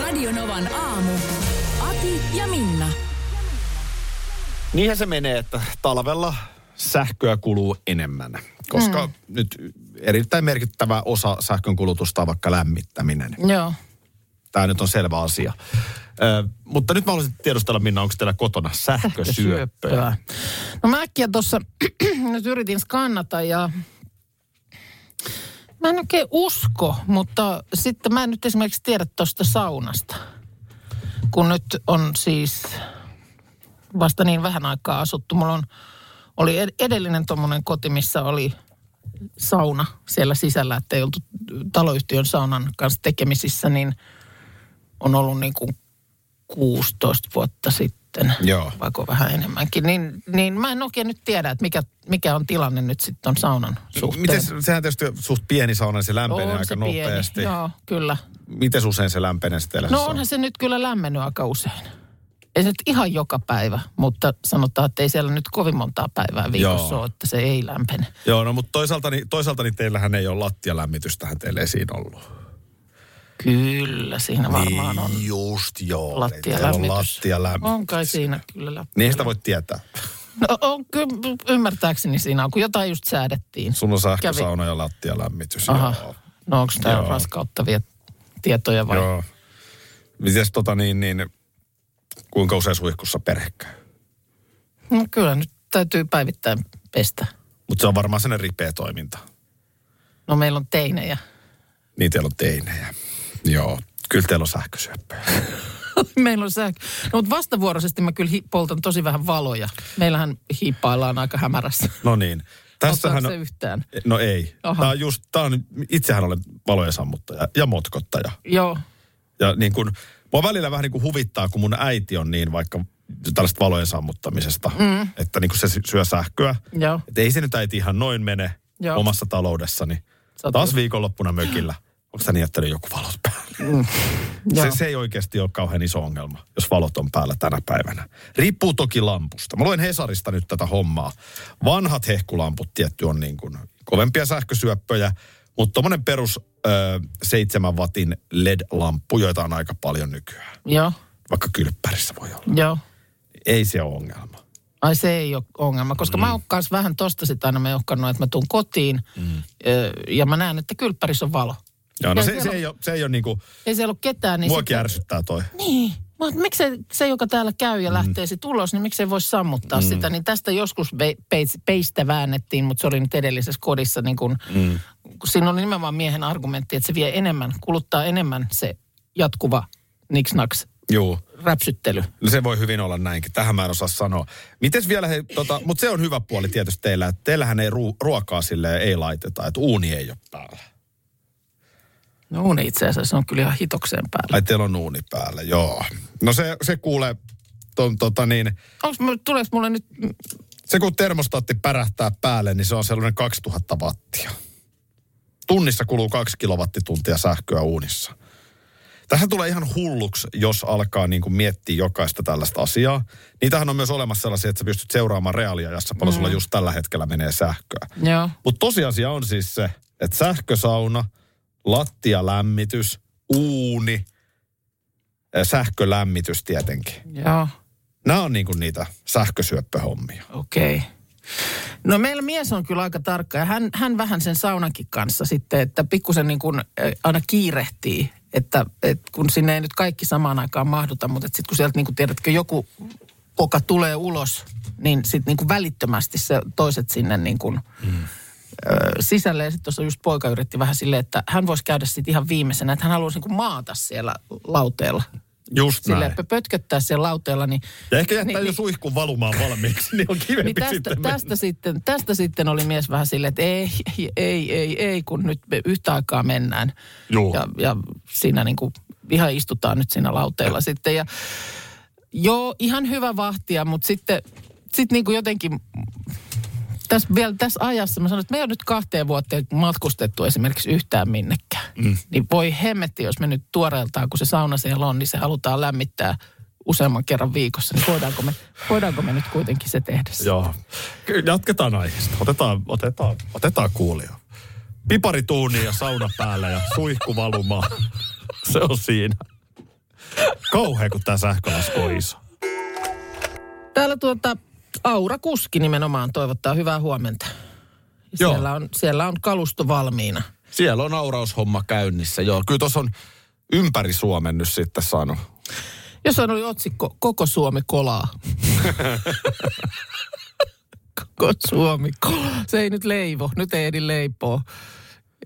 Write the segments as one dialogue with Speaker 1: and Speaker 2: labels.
Speaker 1: Radionovan aamu. Ati ja Minna.
Speaker 2: Niinhän se menee, että talvella sähköä kuluu enemmän, koska mm. nyt erittäin merkittävä osa sähkön kulutusta on vaikka lämmittäminen.
Speaker 3: Joo.
Speaker 2: Tämä nyt on selvä asia. Ö, mutta nyt mä haluaisin tiedustella, Minna, onko teillä kotona sähkösyöppöä?
Speaker 3: Syöppöä. No mä äkkiä tuossa nyt yritin skannata ja mä en oikein usko, mutta sitten mä en nyt esimerkiksi tiedä tuosta saunasta. Kun nyt on siis vasta niin vähän aikaa asuttu. Mulla on, oli ed- edellinen tuommoinen koti, missä oli sauna siellä sisällä, että ei oltu taloyhtiön saunan kanssa tekemisissä, niin on ollut niin kuin 16 vuotta sitten,
Speaker 2: Joo.
Speaker 3: vaikka vähän enemmänkin. Niin, niin mä en oikein nyt tiedä, että mikä, mikä on tilanne nyt sitten ton saunan suhteen.
Speaker 2: Miten, sehän tietysti suht pieni sauna, niin se lämpenee
Speaker 3: On
Speaker 2: aika
Speaker 3: se
Speaker 2: nopeasti.
Speaker 3: Pieni. Joo, kyllä.
Speaker 2: Miten usein se lämpenee sitten teillä se
Speaker 3: No
Speaker 2: sauna?
Speaker 3: onhan se nyt kyllä lämmennyt aika usein. Ei se nyt ihan joka päivä, mutta sanotaan, että ei siellä nyt kovin montaa päivää viikossa
Speaker 2: Joo.
Speaker 3: ole, että se ei lämpene.
Speaker 2: Joo, no mutta toisaalta, niin, toisaalta niin teillähän ei ole lattialämmitystähän teillä ei siinä ollut. Niin
Speaker 3: Kyllä siinä varmaan on
Speaker 2: Just joo.
Speaker 3: lattialämmitys.
Speaker 2: lattialämmitys.
Speaker 3: On kai siinä kyllä lämmin.
Speaker 2: Niin ei sitä voi tietää.
Speaker 3: No on, ky- ymmärtääkseni siinä on, kun jotain just säädettiin.
Speaker 2: Sun on
Speaker 3: Kävi-
Speaker 2: sähkösauna ja lattialämmitys.
Speaker 3: Aha.
Speaker 2: Joo.
Speaker 3: No onko tämä
Speaker 2: Joo.
Speaker 3: raskauttavia tietoja vai?
Speaker 2: joo. Mites tota niin, niin kuinka usein suihkussa perhe käy?
Speaker 3: No kyllä nyt täytyy päivittäin pestä.
Speaker 2: Mutta se on varmaan sellainen ripeä toiminta.
Speaker 3: No meillä on teinejä.
Speaker 2: Niin teillä on teinejä. Joo. Kyllä teillä on sähkösyöppöä.
Speaker 3: Meillä on sähkö. No, mutta vastavuoroisesti mä kyllä hi- poltan tosi vähän valoja. Meillähän hiippaillaan aika hämärässä.
Speaker 2: No niin.
Speaker 3: Ottaako
Speaker 2: Tässähän
Speaker 3: se yhtään?
Speaker 2: No ei.
Speaker 3: Aha.
Speaker 2: Tämä on just, tää on, itsehän olen valojen sammuttaja ja motkottaja.
Speaker 3: Joo.
Speaker 2: Ja niin kun, mua välillä vähän niin kuin huvittaa, kun mun äiti on niin vaikka tällaista valojen sammuttamisesta, mm. että niin kuin se sy- syö sähköä.
Speaker 3: Joo.
Speaker 2: Että ei se nyt äiti ihan noin mene
Speaker 3: Joo.
Speaker 2: Joo. omassa taloudessani.
Speaker 3: oot
Speaker 2: Taas
Speaker 3: just-
Speaker 2: viikonloppuna mökillä. Onko sä niin jättänyt joku valot päälle?
Speaker 3: Joo.
Speaker 2: Se, se ei oikeasti ole kauhean iso ongelma, jos valot on päällä tänä päivänä. Riippuu toki lampusta. Mä luen Hesarista nyt tätä hommaa. Vanhat hehkulamput tietty on niin kuin kovempia sähkösyöppöjä, mutta tuommoinen perus ö, 7 watin LED-lamppu, joita on aika paljon nykyään.
Speaker 3: Joo.
Speaker 2: Vaikka kylppärissä voi olla.
Speaker 3: Joo.
Speaker 2: Ei se ole ongelma.
Speaker 3: Ai se ei ole ongelma, koska mm. mä oon kans vähän tosta sitä aina meuhkannut, että mä tuun kotiin mm. ja mä näen, että kylppärissä on valo.
Speaker 2: Joo, no
Speaker 3: Ja
Speaker 2: se,
Speaker 3: siellä
Speaker 2: se,
Speaker 3: on-
Speaker 2: ei ole, se ei ole niin kuin,
Speaker 3: Ei siellä ole ketään, niin
Speaker 2: muakin ärsyttää toi.
Speaker 3: Niin. Mä oon, että miksei se, joka täällä käy ja lähtee sit ulos, niin miksei voi sammuttaa mm. sitä. Niin tästä joskus pe- pe- peistä väännettiin, mutta se oli nyt edellisessä kodissa. Niin kun, mm. kun siinä oli nimenomaan miehen argumentti, että se vie enemmän, kuluttaa enemmän se jatkuva niksnaks
Speaker 2: Joo.
Speaker 3: räpsyttely.
Speaker 2: No se voi hyvin olla näinkin. Tähän mä en osaa sanoa. Mites vielä he, tota, mutta se on hyvä puoli tietysti teillä, että teillähän ei ruu, ruokaa sille ei laiteta, että uuni ei ole päällä.
Speaker 3: No uuni itse asiassa se on kyllä ihan hitokseen päällä.
Speaker 2: Ai teillä on uuni päällä, joo. No se, se kuulee, ton, tota niin,
Speaker 3: Onks, mulle- tuleeko mulle nyt, mm,
Speaker 2: se kun termostaatti pärähtää päälle, niin se on sellainen 2000 wattia. Tunnissa kuluu kaksi kilowattituntia sähköä uunissa. Tähän tulee ihan hulluksi, jos alkaa niin kuin miettiä jokaista tällaista asiaa. Niitähän on myös olemassa sellaisia, että sä pystyt seuraamaan reaaliajassa, paljon mm. sulla just tällä hetkellä menee sähköä.
Speaker 3: joo,
Speaker 2: Mutta tosiasia on siis se, että sähkösauna, lattialämmitys, uuni, ja sähkölämmitys tietenkin.
Speaker 3: joo.
Speaker 2: Nämä on niinku niitä sähkösyöppöhommia.
Speaker 3: Okei. No meillä mies on kyllä aika tarkka ja hän, hän vähän sen saunankin kanssa sitten, että pikkusen niin kuin eh, aina kiirehtii, että, että kun sinne ei nyt kaikki samaan aikaan mahduta, mutta sitten kun sieltä niin kuin tiedätkö joku poka tulee ulos, niin sitten niin kuin välittömästi se toiset sinne niin kuin mm. sisälle. Ja sitten tuossa just poika yritti vähän silleen, että hän voisi käydä sitten ihan viimeisenä, että hän haluaisi niin kuin maata siellä lauteella.
Speaker 2: Just
Speaker 3: Silleen, että pötköttää siellä lauteella, niin
Speaker 2: Ja ehkä jättää
Speaker 3: Niin,
Speaker 2: niin, jo suihkun valumaan valmiiksi, niin on kivempi
Speaker 3: niin tästä,
Speaker 2: sitten mennä.
Speaker 3: tästä, sitten, tästä sitten oli mies vähän silleen, että ei, ei, ei, ei, kun nyt me yhtä aikaa mennään.
Speaker 2: Juu.
Speaker 3: Ja, ja siinä niin kuin ihan istutaan nyt siinä lauteella sitten. Ja, joo, ihan hyvä vahtia, mutta sitten sit niin kuin jotenkin tässä, vielä tässä ajassa, mä sanoin, että me ei ole nyt kahteen vuoteen matkustettu esimerkiksi yhtään minnekään. Mm. Niin voi hemmetti, jos me nyt tuoreeltaan, kun se sauna siellä on, niin se halutaan lämmittää useamman kerran viikossa, niin voidaanko me, voidaanko me nyt kuitenkin se tehdä?
Speaker 2: Joo. Kyllä, jatketaan aiheesta. Otetaan, otetaan, otetaan kuulia. Pipari tuuni ja sauna päällä ja suihku valumaan. Se on siinä. Kauhea, kun tämä sähkölasku on iso.
Speaker 3: Täällä tuota Aura Kuski nimenomaan toivottaa hyvää huomenta. Ja
Speaker 2: Joo.
Speaker 3: Siellä on, siellä on kalusto valmiina.
Speaker 2: Siellä on auraushomma käynnissä, joo. Kyllä tuossa on ympäri Suomen nyt sitten saanut.
Speaker 3: Jos on oli otsikko Koko Suomi kolaa. Koko Suomi kolaa. Se ei nyt leivo. Nyt ei ehdi leipoa.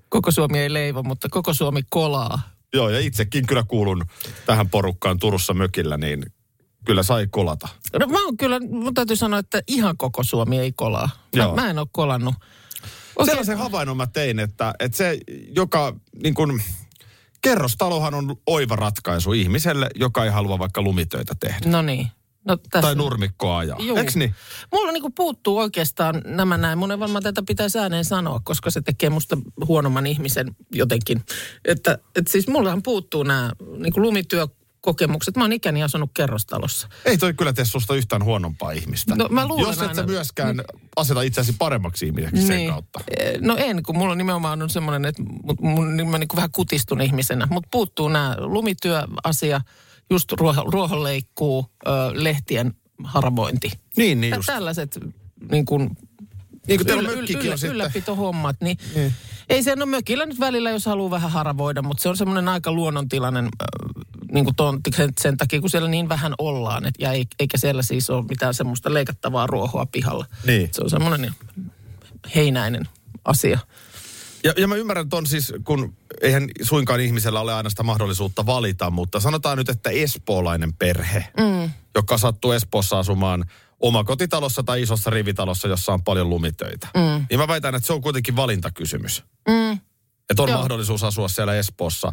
Speaker 3: Koko Suomi ei leivo, mutta Koko Suomi kolaa.
Speaker 2: Joo, ja itsekin kyllä kuulun tähän porukkaan Turussa mökillä, niin kyllä sai kolata.
Speaker 3: No mä oon kyllä, mun täytyy sanoa, että ihan koko Suomi ei kolaa. Mä,
Speaker 2: Joo.
Speaker 3: mä en ole kolannut.
Speaker 2: Okay. Sellaisen havainnon mä tein, että, että se, joka niin kun, kerrostalohan on oiva ratkaisu ihmiselle, joka ei halua vaikka lumitöitä tehdä.
Speaker 3: No niin. No, tässä...
Speaker 2: Tai nurmikkoa ajaa.
Speaker 3: Juu.
Speaker 2: Eks niin?
Speaker 3: Mulla niinku puuttuu oikeastaan nämä näin. Mun ei varmaan tätä pitäisi ääneen sanoa, koska se tekee musta huonomman ihmisen jotenkin. Että et siis mullahan puuttuu nämä niinku lumityökokemukset. Mä oon ikäni asunut kerrostalossa.
Speaker 2: Ei toi kyllä tee susta yhtään huonompaa ihmistä.
Speaker 3: No, mä luulen
Speaker 2: Jos et sä
Speaker 3: aina-
Speaker 2: myöskään aseta itseäsi paremmaksi ihmiseksi niin. sen kautta.
Speaker 3: Eh, No en, kun mulla nimenomaan on semmoinen, että mut- mun, niin mä niinku vähän kutistun ihmisenä. Mutta puuttuu nämä lumityöasia, just ruoho, ruohonleikkuu, ö, lehtien harvointi.
Speaker 2: Niin, niin
Speaker 3: Tä-
Speaker 2: just.
Speaker 3: Tällaiset niin kuin
Speaker 2: Niin kuin teillä
Speaker 3: Yllä-
Speaker 2: mökkikin
Speaker 3: yllä-
Speaker 2: on sitten.
Speaker 3: Ylläpitohommat, niin, niin. ei se, no mökillä nyt välillä, jos haluaa vähän haravoida, mutta se on semmoinen aika luonnontilainen äh, niin kuin tontti sen, sen takia, kun siellä niin vähän ollaan, et, ja ei- eikä siellä siis ole mitään semmoista leikattavaa ruohoa pihalla.
Speaker 2: Niin.
Speaker 3: Et Se on semmoinen niin heinäinen asia.
Speaker 2: Ja, ja mä ymmärrän ton siis, kun eihän suinkaan ihmisellä ole aina sitä mahdollisuutta valita, mutta sanotaan nyt, että espoolainen perhe, mm. joka sattuu Espoossa asumaan omakotitalossa tai isossa rivitalossa, jossa on paljon lumitöitä, mm. niin mä väitän, että se on kuitenkin valintakysymys. Mm. Että on
Speaker 3: Joo.
Speaker 2: Joo. mahdollisuus asua siellä Espoossa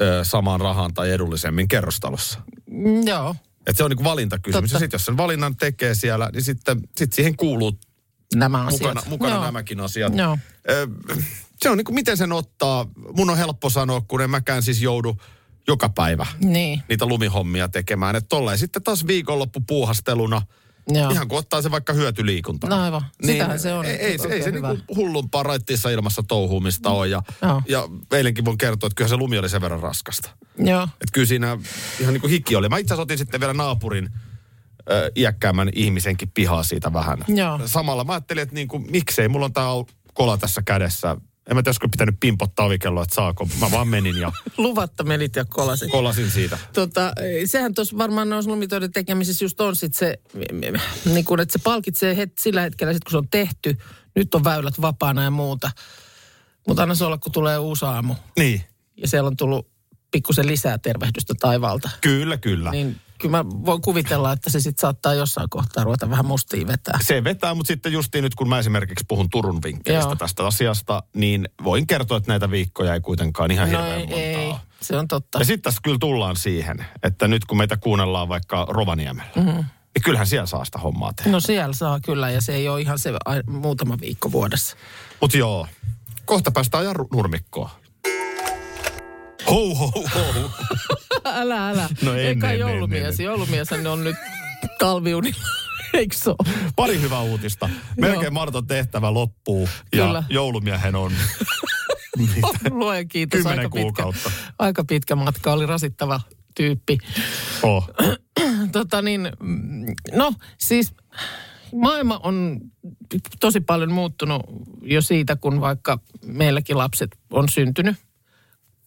Speaker 2: ö, samaan rahaan tai edullisemmin kerrostalossa.
Speaker 3: Mm, joo.
Speaker 2: Että se on niin valintakysymys.
Speaker 3: Totta.
Speaker 2: Ja sitten jos sen valinnan tekee siellä, niin sitten sit siihen kuuluu
Speaker 3: Nämä asiat.
Speaker 2: mukana, mukana
Speaker 3: joo.
Speaker 2: nämäkin asiat.
Speaker 3: Joo.
Speaker 2: Ö, Se on niin kuin, miten sen ottaa. Mun on helppo sanoa, kun en mäkään siis joudu joka päivä
Speaker 3: Niin,
Speaker 2: niitä lumihommia tekemään. Että tolleen sitten taas viikonloppu puuhasteluna.
Speaker 3: joo.
Speaker 2: Ihan kun ottaa se vaikka hyötyliikunta. Niin,
Speaker 3: No aivan. Sitähän se on.
Speaker 2: Ei, ei, se- ei
Speaker 3: Oikein
Speaker 2: se
Speaker 3: hyvä.
Speaker 2: niinku hullumpaa raittiissa ilmassa touhumista ole. Ja,
Speaker 3: Joo.
Speaker 2: ja eilenkin voin kertoa, että kyllä se lumi oli sen verran raskasta.
Speaker 3: Joo.
Speaker 2: Että kyllä siinä ihan niin kuin hiki oli. Mä itse asiassa otin sitten vielä naapurin ö, iäkkäämmän ihmisenkin pihaa siitä vähän.
Speaker 3: Joo.
Speaker 2: Samalla mä ajattelin, että niin kuin, miksei mulla on tää kola tässä kädessä. En mä tiedä, olisiko pitänyt pimpottaa ovikelloa, että saako. Mä vaan menin ja
Speaker 3: Luvatta menit ja kolasit.
Speaker 2: kolasin siitä.
Speaker 3: Tota, sehän tuossa varmaan noissa lumitoiden tekemisessä just on sit se, niin kun, että se palkitsee het, sillä hetkellä, sit kun se on tehty. Nyt on väylät vapaana ja muuta. Mutta anna se olla, kun tulee uusi aamu.
Speaker 2: Niin.
Speaker 3: Ja siellä on tullut pikkusen lisää tervehdystä taivaalta.
Speaker 2: Kyllä, kyllä. Niin.
Speaker 3: Niin kyllä mä voin kuvitella, että se sitten saattaa jossain kohtaa ruveta vähän mustiin vetää.
Speaker 2: Se vetää, mutta sitten justiin nyt, kun mä esimerkiksi puhun Turun vinkkelistä
Speaker 3: Joo.
Speaker 2: Joo. tästä asiasta, niin voin kertoa, että näitä viikkoja ei kuitenkaan ihan
Speaker 3: No
Speaker 2: hirveän
Speaker 3: ei,
Speaker 2: montaa
Speaker 3: ei,
Speaker 2: ole.
Speaker 3: se on totta.
Speaker 2: Ja sitten tässä kyllä tullaan siihen, että nyt kun meitä kuunnellaan vaikka Rovaniemellä, mm-hmm. niin kyllähän siellä saa sitä hommaa tehdä.
Speaker 3: Mhm. No siellä saa kyllä ja se ei ole ihan se ai- muutama viikko vuodessa.
Speaker 2: Mutta joo, kohta päästään ajan ru- nurmikkoon. Hou, hou, hou.
Speaker 3: Älä, älä.
Speaker 2: No ei,
Speaker 3: ei kai
Speaker 2: ei, ei,
Speaker 3: joulumies.
Speaker 2: ei,
Speaker 3: Joulumies on nyt talviunilla. Eikö se ole?
Speaker 2: Pari hyvää uutista. Melkein Marton tehtävä loppuu ja
Speaker 3: Kyllä.
Speaker 2: joulumiehen on.
Speaker 3: Luoja kiitos.
Speaker 2: Kymmenen
Speaker 3: Aika pitkä,
Speaker 2: kuukautta.
Speaker 3: aika pitkä matka. Oli rasittava tyyppi.
Speaker 2: Oh.
Speaker 3: Tota niin, mm, no siis maailma on tosi paljon muuttunut jo siitä, kun vaikka meilläkin lapset on syntynyt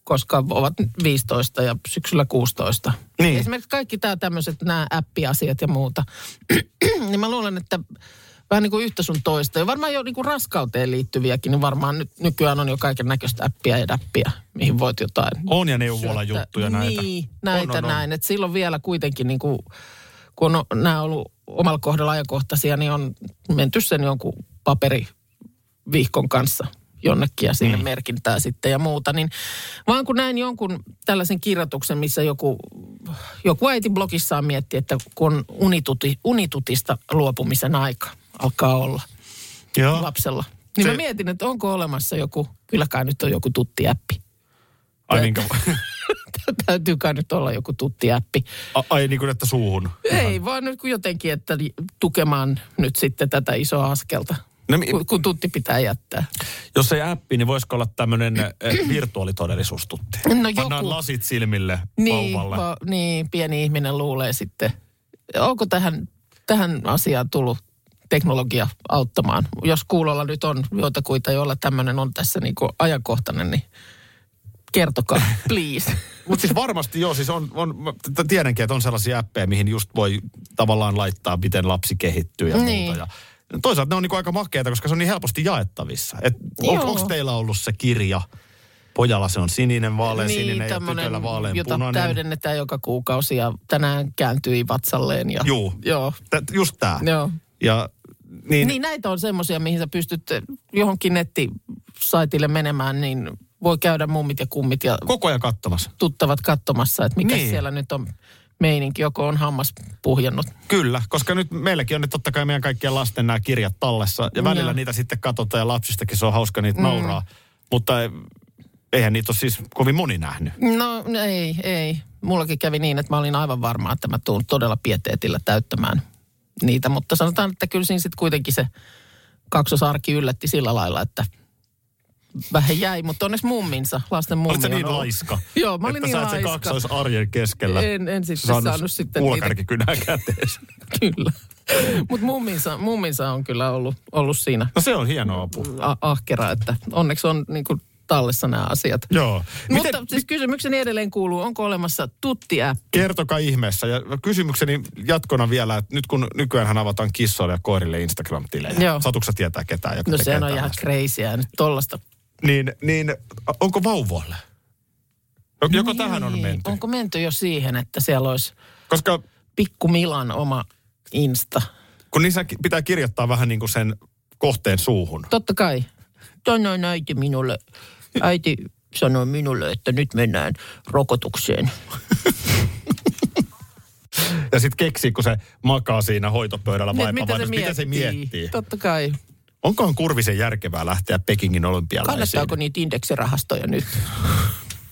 Speaker 3: koska ovat 15 ja syksyllä 16.
Speaker 2: Niin.
Speaker 3: Esimerkiksi kaikki tämä tämmöiset nämä appiasiat ja muuta. niin mä luulen, että vähän niin kuin yhtä sun toista. Ja varmaan jo niin kuin raskauteen liittyviäkin, niin varmaan nyt nykyään on jo kaiken näköistä appia ja dappia, mihin voit jotain
Speaker 2: On ja
Speaker 3: syöttää.
Speaker 2: neuvolajuttuja näitä.
Speaker 3: Niin, näitä
Speaker 2: On, on, on.
Speaker 3: näin. Et silloin vielä kuitenkin, niin kuin, kun on, nämä on ollut omalla kohdalla ajankohtaisia, niin on menty sen jonkun paperivihkon kanssa jonnekin ja sinne mm. merkintää sitten ja muuta. Niin, vaan kun näin jonkun tällaisen kirjoituksen, missä joku, joku äiti blogissaan mietti, että kun unituti, unitutista luopumisen aika alkaa olla
Speaker 2: Joo.
Speaker 3: lapsella. Niin
Speaker 2: No, Se-
Speaker 3: se... mä mietin, että onko olemassa joku, kyllä kai nyt on joku tuttiäppi.
Speaker 2: Ai, niin minkä,
Speaker 3: Täytyy kai nyt olla joku tuttiäppi.
Speaker 2: a- ai niin kuin, että suuhun.
Speaker 3: Ei, vaan nyt kun jotenkin, että li- tukemaan nyt sitten tätä isoa askelta,
Speaker 2: No
Speaker 3: no,
Speaker 2: mi-
Speaker 3: kun, kun tutti pitää jättää.
Speaker 2: Jos ei appi, niin voisiko olla tämmöinen virtuaalitodellisuustutti?
Speaker 3: No
Speaker 2: Pannaan
Speaker 3: joku.
Speaker 2: lasit silmille
Speaker 3: Niin,
Speaker 2: vauvalle.
Speaker 3: va, niin, pieni ihminen luulee sitten. Onko tähän, tähän asiaan tullut teknologia auttamaan? Jos kuulolla nyt on joitakuita, joilla tämmöinen on tässä niinku ajankohtainen, niin kertokaa, please.
Speaker 2: Mutta siis varmasti joo, siis on, on, mä t- tiedänkin, että on sellaisia appeja, mihin just voi tavallaan laittaa, miten lapsi kehittyy ja niin.
Speaker 3: Niin.
Speaker 2: muuta. Ja toisaalta ne on niinku aika makeita, koska se on niin helposti jaettavissa. Et on,
Speaker 3: Joo.
Speaker 2: onko teillä ollut se kirja? Pojalla se on sininen, vaalean niin, sininen ja
Speaker 3: tämmönen,
Speaker 2: tytöllä vaalean
Speaker 3: jota
Speaker 2: punainen.
Speaker 3: täydennetään joka kuukausi ja tänään kääntyi vatsalleen. Ja,
Speaker 2: Juu.
Speaker 3: Joo,
Speaker 2: T- just tää.
Speaker 3: joo.
Speaker 2: Ja niin, niin.
Speaker 3: Niin näitä on semmoisia, mihin sä pystyt eh, johonkin nettisaitille menemään, niin voi käydä mummit ja kummit ja
Speaker 2: koko ajan katsomassa.
Speaker 3: tuttavat katsomassa, että mikä
Speaker 2: Niin.
Speaker 3: niin. siellä nyt on meininki, joko on hammas puhjennut.
Speaker 2: Kyllä, koska nyt meilläkin on ne totta kai meidän kaikkien lasten nämä kirjat tallessa. Ja välillä
Speaker 3: Joo.
Speaker 2: niitä sitten katsotaan ja lapsistakin se on hauska niitä mm. nauraa. Mutta eihän niitä ole siis kovin moni nähnyt.
Speaker 3: No ei, ei. Mullakin kävi niin, että mä olin aivan varma, että mä tuun todella pieteetillä täyttämään niitä, mutta sanotaan, että kyllä siinä sitten kuitenkin se kaksosarki yllätti sillä lailla, että vähän jäi, mutta onneksi mumminsa, lasten mummi
Speaker 2: Olit sä
Speaker 3: on
Speaker 2: niin
Speaker 3: ollut-
Speaker 2: laiska?
Speaker 3: Joo, mä olin
Speaker 2: että
Speaker 3: niin
Speaker 2: sä et sen
Speaker 3: laiska.
Speaker 2: kaksois arjen keskellä.
Speaker 3: En, en sitten
Speaker 2: saanut
Speaker 3: saanut, sitten
Speaker 2: Ulkarikikynää käteen.
Speaker 3: Kyllä. Mutta mumminsa, mumminsa on kyllä ollut, ollut siinä
Speaker 2: No se on hieno apu.
Speaker 3: a- ahkera, että onneksi on niin kuin tallessa nämä asiat.
Speaker 2: Joo. Miten,
Speaker 3: Mutta siis kysymykseni edelleen kuuluu, onko olemassa tuttiä?
Speaker 2: Kertokaa ihmeessä. Ja kysymykseni jatkona vielä, että nyt kun nykyään avataan kissoille ja koirille Instagram-tilejä.
Speaker 3: Joo.
Speaker 2: Satuksä tietää ketään, joka
Speaker 3: No
Speaker 2: tekee
Speaker 3: sehän on ihan
Speaker 2: tällaista?
Speaker 3: kreisiä nyt tollasta.
Speaker 2: Niin, niin a- onko vauvoille? Jo- Joko niin. tähän on
Speaker 3: Niin,
Speaker 2: menty? Onko...
Speaker 3: Onko menty jo siihen, että siellä olisi
Speaker 2: Koska
Speaker 3: pikku Milan oma Insta?
Speaker 2: kun niissä ki- pitää kirjoittaa vähän niin kuin sen kohteen suuhun.
Speaker 3: Totta kai. Tänään äiti minulle, äiti sanoi minulle, että nyt mennään rokotukseen.
Speaker 2: Ja sitten keksii, kun se makaa siinä hoitopöydällä
Speaker 3: Niin, että
Speaker 2: vaippavain, että miten se miettii.
Speaker 3: Totta kai.
Speaker 2: Onkohan Kurvisen järkevää lähteä Pekingin olympialaisiin?
Speaker 3: Kannattaako niitä indeksirahastoja nyt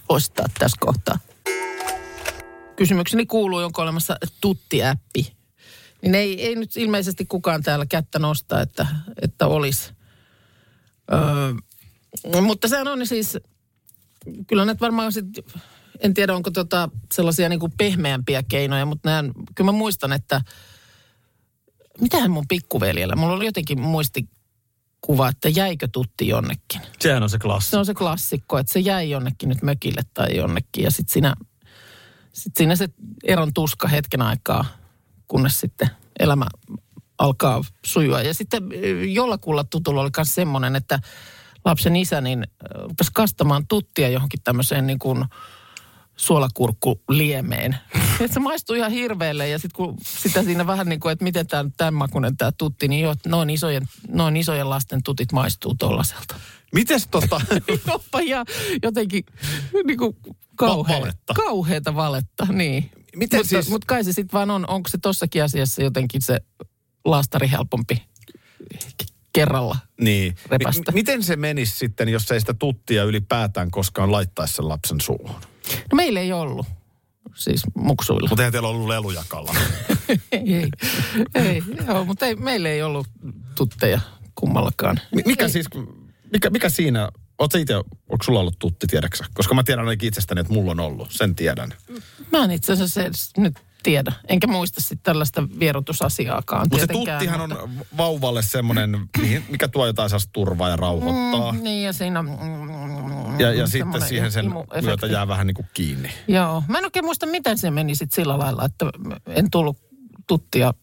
Speaker 3: ostaa tässä kohtaa? Kysymykseni kuuluu, onko olemassa tutti-äppi. Niin ei, ei nyt ilmeisesti kukaan täällä kättä nosta, että, että olisi. Öö, mutta sehän on siis, kyllä nyt varmaan sit, en tiedä onko tota sellaisia niinku pehmeämpiä keinoja, mutta näen, kyllä mä muistan, että mitähän mun pikkuveljellä, mulla oli jotenkin muistikuva, että jäikö tutti jonnekin
Speaker 2: Sehän on se klassi.
Speaker 3: se on se klassikko, että se jäi jonnekin nyt mökille tai jonnekin. Ja sitten siinä, sit siinä se eron tuska hetken aikaa, kunnes sitten elämä alkaa sujua. Ja sitten eh, jollakulla tutulla oli myös semmoinen, että lapsen isä niin eh, rupesi kastamaan tuttia johonkin tämmöiseen niin kuin suolakurkkuliemeen. Et se maistui ihan hirveelle ja sitten kun sitä siinä vähän niin kuin, että miten tämä tämän makunen tämä tutti, niin jo, noin, isojen, noin isojen lasten tutit maistuu tollaselta.
Speaker 2: Mites tota,
Speaker 3: Onpa ihan jotenkin niin kuin kauhea,
Speaker 2: Va- valetta.
Speaker 3: kauheata valetta, niin.
Speaker 2: Miten
Speaker 3: mutta,
Speaker 2: siis-
Speaker 3: mutta kai se sitten vaan on, onko se tossakin asiassa jotenkin se laastari helpompi k- kerralla?
Speaker 2: niin,
Speaker 3: Repästä.
Speaker 2: M- miten se menisi sitten, jos ei sitä tuttia ylipäätään koskaan laittaisi sen lapsen suuhun?
Speaker 3: No meillä ei ollut, siis muksuilla.
Speaker 2: Mutta eihän teillä ollut lelujakalla.
Speaker 3: ei, ei, ei, joo, mutta ei, meillä ei ollut tutteja kummallakaan.
Speaker 2: Mi- Mikä siis, mikä, mikä siinä, oot itse, onko sulla ollut tutti, tiedäksä? Koska mä tiedän ainakin itsestäni, että mulla on ollut, sen tiedän.
Speaker 3: Mä en itse asiassa edes nyt tiedä, enkä muista sitten tällaista vierotusasiaakaan.
Speaker 2: Mutta se
Speaker 3: tietenkään,
Speaker 2: tuttihan
Speaker 3: mutta-
Speaker 2: on vauvalle semmoinen, mihin- mikä tuo jotain sellaista turvaa ja rauhoittaa.
Speaker 3: Mm, niin ja siinä... Mm,
Speaker 2: Ja, ja sitten
Speaker 3: semmoinen
Speaker 2: siihen sen
Speaker 3: imuefekti.
Speaker 2: myötä jää vähän niin kuin kiinni.
Speaker 3: Joo, mä en oikein muista, miten se meni sitten sillä lailla, että en tullut tuttia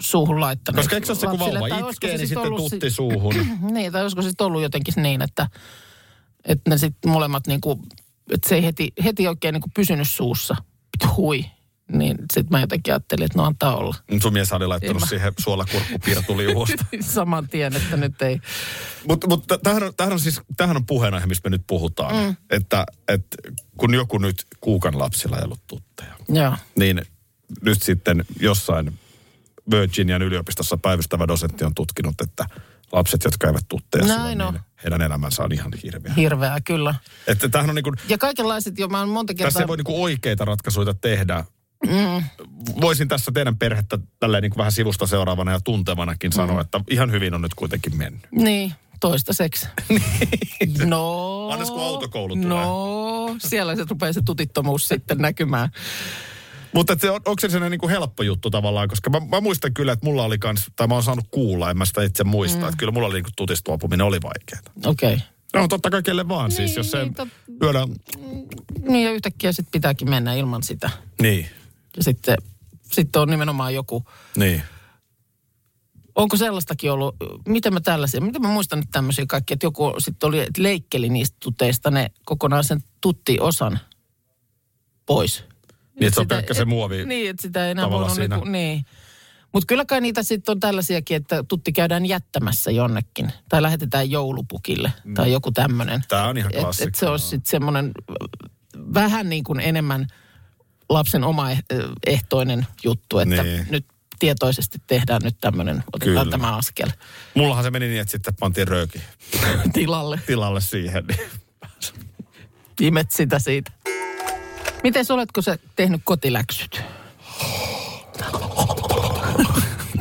Speaker 3: suuhun laittanut.
Speaker 2: Koska eikö se ole se, kun
Speaker 3: lapsille,
Speaker 2: vauva
Speaker 3: tai olisiko
Speaker 2: itkee,
Speaker 3: se
Speaker 2: niin
Speaker 3: sit
Speaker 2: sitten
Speaker 3: ollut si-
Speaker 2: tutti suuhun.
Speaker 3: Niin, tai olisiko se sit ollut jotenkin niin, että, että ne sitten molemmat niinku, että se ei heti, heti oikein niinku pysynyt suussa. Hui. Niin sitten mä jotenkin ajattelin, että no antaa olla.
Speaker 2: Sun mies oli laittanut
Speaker 3: Ei mä-
Speaker 2: siihen suolakurkkupiirtuliuosta.
Speaker 3: Saman tien, että nyt ei.
Speaker 2: Mutta mut tämähän, on- tämähän on siis, tämähän on puheenaihe, mistä me nyt puhutaan. Mm. Että, että kun joku nyt kuukan lapsilla ei ollut tutteja,
Speaker 3: Joo.
Speaker 2: niin nyt sitten jossain Virginian yliopistossa päivystävä dosentti on tutkinut, että lapset, jotka eivät tutteja
Speaker 3: Näin
Speaker 2: sillä,
Speaker 3: on.
Speaker 2: niin heidän elämänsä on ihan hirveä.
Speaker 3: Hirveää, kyllä.
Speaker 2: Että tämähän on niin kuin,
Speaker 3: Ja kaikenlaiset, jo mä oon monta kertaa...
Speaker 2: tässä ei voi niin kuin oikeita ratkaisuja tehdä.
Speaker 3: Mm.
Speaker 2: Voisin tässä teidän perhettä tälleen niin kuin vähän sivusta seuraavana ja tuntevanakin
Speaker 3: Mm.
Speaker 2: sanoa, että ihan hyvin on nyt kuitenkin mennyt.
Speaker 3: Niin, toistaiseksi. no.
Speaker 2: Annas, Niin. kun autokoulu tulee.
Speaker 3: No, siellä se rupeaa se tutittomuus sitten näkymään.
Speaker 2: Mutta se on, onko se sellainen niin helppo juttu tavallaan, koska mä, mä muistan kyllä, että mulla oli kans, tai mä oon saanut kuulla, en mä sitä itse muista, mm. että kyllä mulla oli niin tutista luopuminen oli vaikeaa.
Speaker 3: Okei.
Speaker 2: No totta kai kelle vaan niin, siis, jos se
Speaker 3: niin, tot-
Speaker 2: lyödään...
Speaker 3: Niin ja yhtäkkiä sitten pitääkin mennä ilman sitä.
Speaker 2: Niin,
Speaker 3: Ja sitten, sitten on nimenomaan joku...
Speaker 2: niin.
Speaker 3: Onko sellaistakin ollut, miten mä tällaisia, miten mä muistan nyt tämmöisiä kaikkia, että joku sitten oli, että leikkeli niistä tuteista ne kokonaan sen tuttiosan pois.
Speaker 2: Niin, että se on
Speaker 3: Sitä-
Speaker 2: pelkkä se
Speaker 3: et-
Speaker 2: muovi.
Speaker 3: Niin, että sitä ei enää
Speaker 2: tavalla
Speaker 3: voinut
Speaker 2: siinä.
Speaker 3: niinku, niin. Mutta kyllä kai niitä sitten on tällaisiakin, että tutti käydään jättämässä jonnekin. Tai lähetetään joulupukille tai joku tämmöinen.
Speaker 2: Tää on ihan
Speaker 3: Että
Speaker 2: Mm. klassikko.
Speaker 3: et se olisi sitten semmoinen vähän niin kuin enemmän lapsen omaehtoinen juttu, että
Speaker 2: Niin.
Speaker 3: niin. nyt tietoisesti tehdään nyt tämmöinen, otetaan
Speaker 2: Kyllä.
Speaker 3: kyllä. tämä askel
Speaker 2: Mullahan se meni niin, että sitten pantiin rööki
Speaker 3: tilalle.
Speaker 2: tilalle siihen. niin.
Speaker 3: Imet sitä siitä. Miten oletko sä tehnyt kotiläksyt?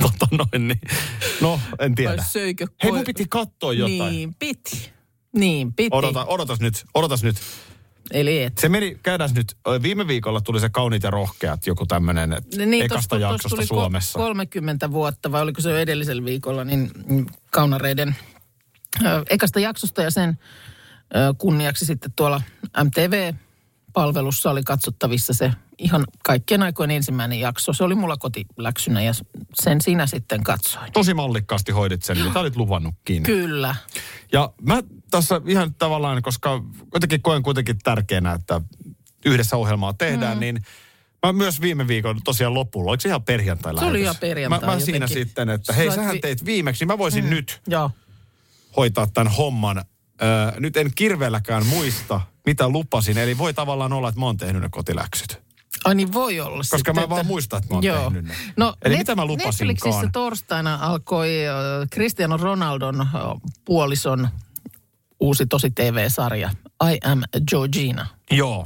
Speaker 2: Tota noin, niin. No, en tiedä.
Speaker 3: Vai söikö
Speaker 2: Hei,
Speaker 3: koi-
Speaker 2: mun piti katsoa jotain.
Speaker 3: Niin piti. Niin piti.
Speaker 2: Odota, odotas nyt, odotas nyt.
Speaker 3: Eli et.
Speaker 2: Se meni, käydään nyt, viime viikolla tuli se Kauniit ja rohkeat, joku tämmöinen
Speaker 3: Niin,
Speaker 2: ekasta
Speaker 3: tossa- tossa
Speaker 2: jaksosta
Speaker 3: tuli ko-
Speaker 2: Suomessa.
Speaker 3: 30 vuotta, vai oliko se jo edellisellä viikolla, niin mm, kaunareiden ö, ekasta jaksosta ja sen ö, kunniaksi sitten tuolla MTV-palvelussa oli katsottavissa se ihan kaikkien aikojen ensimmäinen jakso. Se oli mulla kotiläksynä ja sen sinä sitten katsoin.
Speaker 2: Tosi mallikkaasti hoidit sen, mitä olit luvannutkin.
Speaker 3: Kyllä.
Speaker 2: Ja mä tässä ihan tavallaan, koska jotenkin koen kuitenkin tärkeänä, että yhdessä ohjelmaa
Speaker 3: Mm-hmm.
Speaker 2: tehdään, mm. niin mä myös viime viikon tosiaan lopulla, oliko se ihan perjantai
Speaker 3: Se oli
Speaker 2: lähetys?
Speaker 3: ihan perjantai
Speaker 2: Mä, mä siinä
Speaker 3: jotenkin.
Speaker 2: sitten, että hei,
Speaker 3: Sä oot
Speaker 2: sähän
Speaker 3: vi-
Speaker 2: teit viimeksi, niin mä voisin mm. nyt
Speaker 3: Joo.
Speaker 2: hoitaa tämän homman. Öö, nyt en kirveelläkään muista, mitä lupasin, eli voi tavallaan olla, että mä oon tehnyt ne kotiläksyt.
Speaker 3: Ai niin voi olla
Speaker 2: Koska
Speaker 3: sitten, No,
Speaker 2: mä vaan muistan, että mä oon tehnyt ne. Eli mitä mä lupasinkaan?
Speaker 3: Netflixissä torstaina alkoi äh, Cristiano Ronaldon äh, puolison uusi tosi TV-sarja I Am Georgina.
Speaker 2: Joo.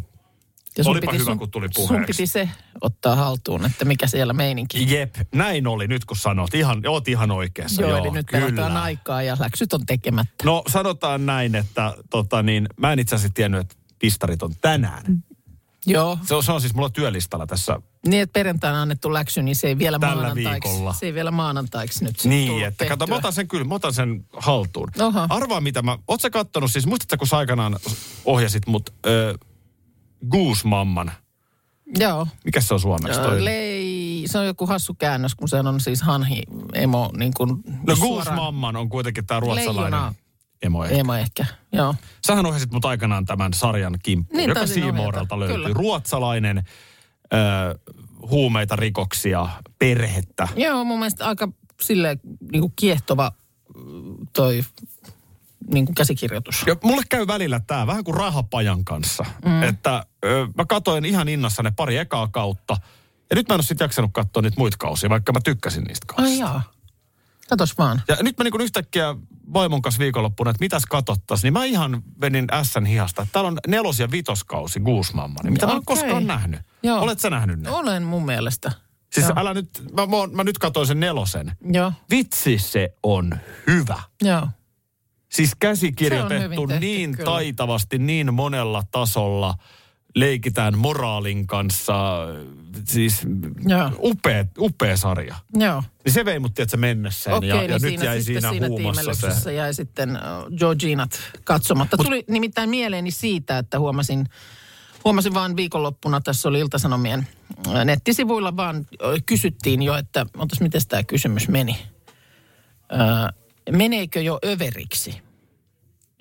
Speaker 3: Ja sun
Speaker 2: Olipa hyvä, kun tuli
Speaker 3: Sun
Speaker 2: puheeksi.
Speaker 3: piti se ottaa haltuun, että mikä siellä meininki.
Speaker 2: Jep, näin oli nyt kun sanot. Ihan, oot ihan oikeassa.
Speaker 3: Joo,
Speaker 2: Joo,
Speaker 3: eli nyt
Speaker 2: kyllä.
Speaker 3: pelataan aikaa ja läksyt on tekemättä.
Speaker 2: No sanotaan näin, että tota, niin, mä en itse asiassa tiennyt, että pistarit on
Speaker 3: Mm.
Speaker 2: tänään.
Speaker 3: Joo,
Speaker 2: Se on, se on siis mulla työlistalla tässä.
Speaker 3: niin että perjantaina annettu läksy, niin se ei vielä
Speaker 2: Tällä
Speaker 3: maanantaiksi.
Speaker 2: viikolla.
Speaker 3: Se ei vielä maanantaiksi nyt
Speaker 2: Niin,
Speaker 3: tullut
Speaker 2: että kato, mä
Speaker 3: tehtyä.
Speaker 2: otan sen kyllä, mä otan sen haltuun.
Speaker 3: Oho.
Speaker 2: Arvaa mitä mä, oot sä kattonut siis, muistatko kun sä aikanaan ohjasit mut ö, Goose Mamman?
Speaker 3: Joo.
Speaker 2: Mikä se on suomeksi
Speaker 3: Ö,
Speaker 2: toi?
Speaker 3: Lei, se on joku hassu käännös, kun se on siis hanhi emo niin kuin
Speaker 2: no Goose
Speaker 3: suoraan-
Speaker 2: Mamman on kuitenkin tää ruotsalainen
Speaker 3: Leijona.
Speaker 2: emo. ehkä.
Speaker 3: Emo ehkä, joo.
Speaker 2: Sähän ohjasit mut aikanaan tämän sarjan kimppuun,
Speaker 3: Niin
Speaker 2: joka
Speaker 3: taisin
Speaker 2: Siimoorelta
Speaker 3: ohjata,
Speaker 2: löytyy.
Speaker 3: kyllä.
Speaker 2: Ruotsalainen, ö, huumeita, rikoksia, perhettä.
Speaker 3: Joo, mun mielestä aika silleen niin kuin kiehtova mm, toi niin kuin käsikirjoitus.
Speaker 2: Ja mulle käy välillä tämä vähän kuin rahapajan kanssa. Mm. Että ö, mä katoin ihan innassa ne pari ekaa kautta. Ja nyt mä en ole sitten jaksanut katsoa niitä muita kausia, vaikka mä tykkäsin niistä
Speaker 3: Ai
Speaker 2: kausista.
Speaker 3: jaa. Katos vaan.
Speaker 2: Ja nyt mä niin yhtäkkiä vaimon kanssa viikonloppuna, että mitäs katottas, niin mä ihan venin ässän hihasta. että Täällä on nelos- ja vitoskausi Guusmammani, mitä mä en
Speaker 3: Okei.
Speaker 2: koskaan nähnyt.
Speaker 3: Joo.
Speaker 2: Olet sä nähnyt ne?
Speaker 3: Olen mun mielestä.
Speaker 2: Siis
Speaker 3: joo.
Speaker 2: älä nyt, mä, mä, oon- mä nyt katoin sen nelosen.
Speaker 3: Joo,
Speaker 2: Vitsi se on hyvä.
Speaker 3: joo.
Speaker 2: Siis
Speaker 3: Se on
Speaker 2: käsikirjoitettu
Speaker 3: hyvin tehty,
Speaker 2: niin
Speaker 3: kyllä.
Speaker 2: taitavasti, niin monella tasolla. Leikitään moraalin kanssa. Siis
Speaker 3: Joo.
Speaker 2: upea, upea sarja.
Speaker 3: Joo.
Speaker 2: Niin se vei mut tiedätkö, mennessä.
Speaker 3: Okei,
Speaker 2: ja,
Speaker 3: niin
Speaker 2: ja nyt
Speaker 3: siinä,
Speaker 2: jäi
Speaker 3: sitten
Speaker 2: siinä,
Speaker 3: siinä
Speaker 2: huumassa se.
Speaker 3: tiimellyksessä jäi sitten äh, Georginat katsomatta. Tuli nimittäin mieleeni siitä, että huomasin, huomasin vaan viikonloppuna, tässä oli Iltasanomien äh, nettisivuilla vaan äh, kysyttiin jo, että otas, miten tämä kysymys meni. Äh, meneekö jo överiksi?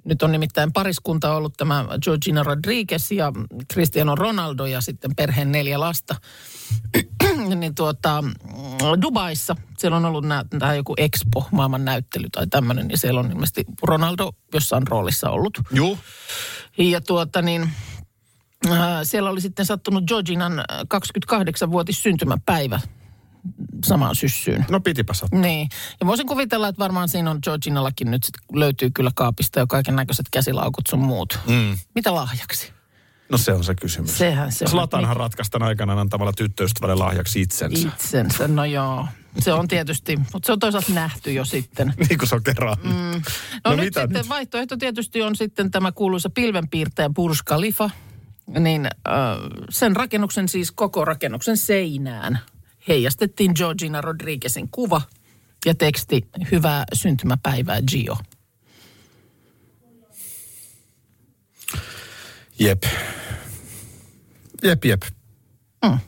Speaker 3: Nyt on nimittäin pariskunta ollut tämä Georgina Rodriguez ja Cristiano Ronaldo ja sitten perheen neljä lasta. niin tuota, Dubaissa, siellä on ollut nää, tämä joku expo, maailman näyttely tai tämmöinen, niin siellä on ilmeisesti Ronaldo jossain roolissa ollut.
Speaker 2: Juu.
Speaker 3: Ja tuota niin, äh, siellä oli sitten sattunut Georginan äh, 28-vuotis syntymäpäivä samaan syssyyn.
Speaker 2: No pitipä sä.
Speaker 3: Niin. Ja voisin kuvitella, että varmaan siinä on Georginallakin nyt sit löytyy kyllä kaapista jo kaiken näköiset käsilaukut sun muut. Mm. Mitä lahjaksi?
Speaker 2: No se on se kysymys.
Speaker 3: Sehän Mm. se on.
Speaker 2: Slatanhan ratkaisi tämän aikana antamalla tyttöystävälle lahjaksi itsensä.
Speaker 3: Itsensä, no joo. Se on tietysti, mutta se on toisaalta nähty jo sitten.
Speaker 2: Niin kuin se on kerran. Mm.
Speaker 3: No, no nyt sitten nyt? vaihtoehto tietysti on sitten tämä kuuluisa pilvenpiirtäjä Burj Khalifa. Niin äh, sen rakennuksen siis koko rakennuksen seinään heijastettiin Georgina Rodriguezin kuva ja teksti Hyvää syntymäpäivää Gio.
Speaker 2: Jep. Jep, jep.
Speaker 3: Mm.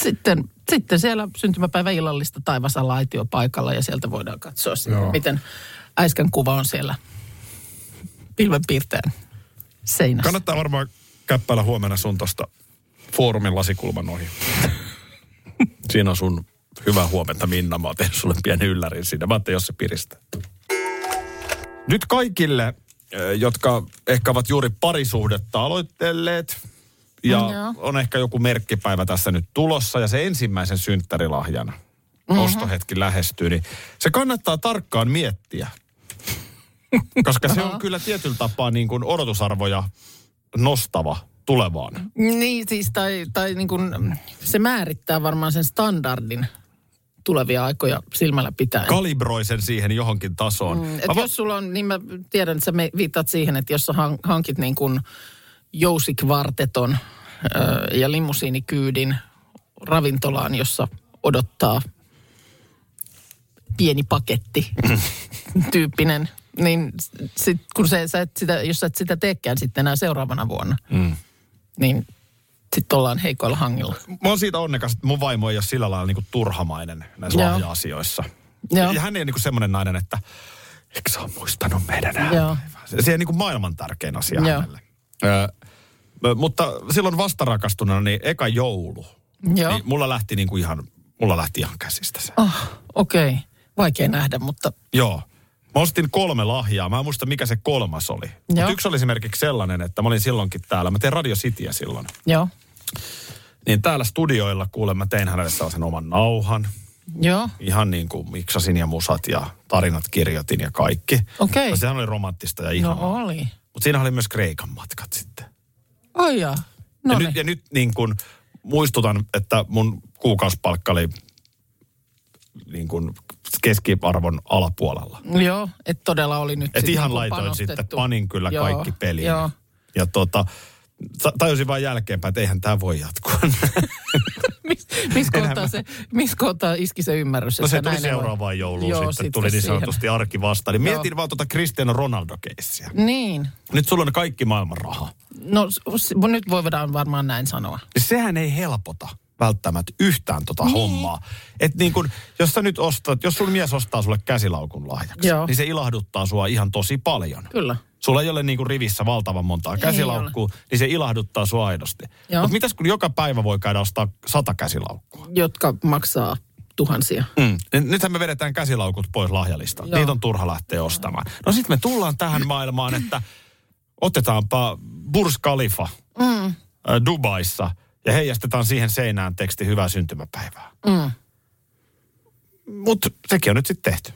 Speaker 3: Sitten, sitten siellä syntymäpäivä illallista taivasalla aitiopaikalla ja sieltä voidaan katsoa sitten,
Speaker 2: Joo.
Speaker 3: miten äsken kuva on siellä pilvenpiirtäjän seinässä.
Speaker 2: Kannattaa varmaan käppäillä huomenna sun tosta foorumin lasikulman ohi. Siinä on sun hyvää huomenta Minna. Mä oon tehnyt sulle pienen yllärin siinä. Mä ajattelin, jos se piristää. Nyt kaikille, ö, jotka ehkä ovat juuri parisuhdetta aloitelleet, ja
Speaker 3: Mm, joo.
Speaker 2: on ehkä joku merkkipäivä tässä nyt tulossa, ja se ensimmäisen synttärilahjan
Speaker 3: Mhm.
Speaker 2: mm-hmm. ostohetki lähestyy, niin se kannattaa tarkkaan miettiä. Koska se on kyllä tietyllä tapaa niin kuin odotusarvoja nostava tulevaan.
Speaker 3: Niin siis, tai, tai niin kuin, se määrittää varmaan sen standardin tulevia aikoja silmällä pitäen.
Speaker 2: Kalibroi sen siihen johonkin tasoon. Mm,
Speaker 3: Et jos sulla on, niin mä tiedän, että sä me viittaat siihen, että jos sä han- hankit niin kuin jousikvarteton ö, ja limusiinikyydin ravintolaan, jossa odottaa pieni paketti tyyppinen, niin sit, kun se, sä et sitä, jos sä et sitä teekään sitten enää seuraavana vuonna, mm. niin sitten ollaan heikoilla hangilla.
Speaker 2: mä oon siitä onnekas, että mun vaimo ei ole sillä lailla niinku turhamainen näissä
Speaker 3: Joo.
Speaker 2: lahja-asioissa.
Speaker 3: Joo.
Speaker 2: Ja hän ei ole niinku semmoinen nainen, että eikö sä oo muistanut meidän
Speaker 3: Joo.
Speaker 2: äänenpäivää? Se, se ei niinku maailman tärkein asia
Speaker 3: Joo.
Speaker 2: hänelle. Ö, ö, mutta silloin vastarakastuneena, niin eka joulu.
Speaker 3: Joo.
Speaker 2: Niin mulla lähti niinku ihan, mulla lähti ihan käsistä se.
Speaker 3: Oh, Okei, okay. vaikea nähdä, mutta
Speaker 2: Joo. Mä ostin kolme lahjaa. Mä en muista, mikä se kolmas oli. Mut
Speaker 3: Joo.
Speaker 2: yksi oli esimerkiksi sellainen, että mä olin silloinkin täällä. Mä tein Radio Cityä silloin.
Speaker 3: joo.
Speaker 2: Niin täällä studioilla kuule, mä tein hänelle sellaisen oman nauhan.
Speaker 3: Joo,
Speaker 2: ihan niin kuin miksasin ja musat ja tarinat kirjoitin ja kaikki.
Speaker 3: Okei.
Speaker 2: No, sehän oli romanttista ja
Speaker 3: no
Speaker 2: ihanaa. No,
Speaker 3: oli.
Speaker 2: Mutta siinä oli myös Kreikan matkat sitten.
Speaker 3: Ai jaa.
Speaker 2: Ja
Speaker 3: No
Speaker 2: nyt, ja nyt niin kuin muistutan, että mun kuukausipalkka oli niin kuin keskiarvon alapuolella.
Speaker 3: Joo, että todella oli nyt
Speaker 2: Et
Speaker 3: sit
Speaker 2: ihan
Speaker 3: niinku
Speaker 2: laitoin sitten,
Speaker 3: panostettu.
Speaker 2: panin kyllä
Speaker 3: Joo,
Speaker 2: kaikki peliin.
Speaker 3: Joo.
Speaker 2: Ja tota, sa- tajusin vain jälkeenpäin, että eihän tämä voi jatkua.
Speaker 3: Mis, mis kohtaa se, mis kohtaa iski se ymmärrys,
Speaker 2: No se
Speaker 3: että
Speaker 2: tuli
Speaker 3: näin ei voi-
Speaker 2: seuraavaan jouluun
Speaker 3: Joo,
Speaker 2: sitten, tuli niin
Speaker 3: siihen.
Speaker 2: sanotusti arki vastaan. Niin
Speaker 3: Joo.
Speaker 2: mietin vaan tuota Cristiano Ronaldo-keissiä.
Speaker 3: Niin,
Speaker 2: Nyt sulla on kaikki maailman raha.
Speaker 3: no s- s- nyt voidaan varmaan näin sanoa.
Speaker 2: Sehän ei helpota välttämättä yhtään tota niin. hommaa. Et niin kun, jos sä nyt ostat, jos sun mies ostaa sulle käsilaukun lahjaksi, Joo.
Speaker 3: Joo.
Speaker 2: niin se ilahduttaa sua ihan tosi paljon.
Speaker 3: Kyllä.
Speaker 2: Sulla ei ole niin kuin rivissä valtavan montaa käsilaukkua, niin se ilahduttaa sua aidosti.
Speaker 3: Joo.
Speaker 2: Mutta mitäs kun joka päivä voi käydä ostaa sata käsilaukkua?
Speaker 3: Jotka maksaa tuhansia.
Speaker 2: Mm. Nythän me vedetään käsilaukut pois lahjalistalta.
Speaker 3: Joo.
Speaker 2: Niitä on turha lähteä ostamaan. No sitten me tullaan tähän maailmaan, että otetaanpa Burj Khalifa mm. Dubaissa ja heijastetaan siihen seinään teksti Hyvää syntymäpäivää. Mm. Mutta sekin on nyt sitten tehty.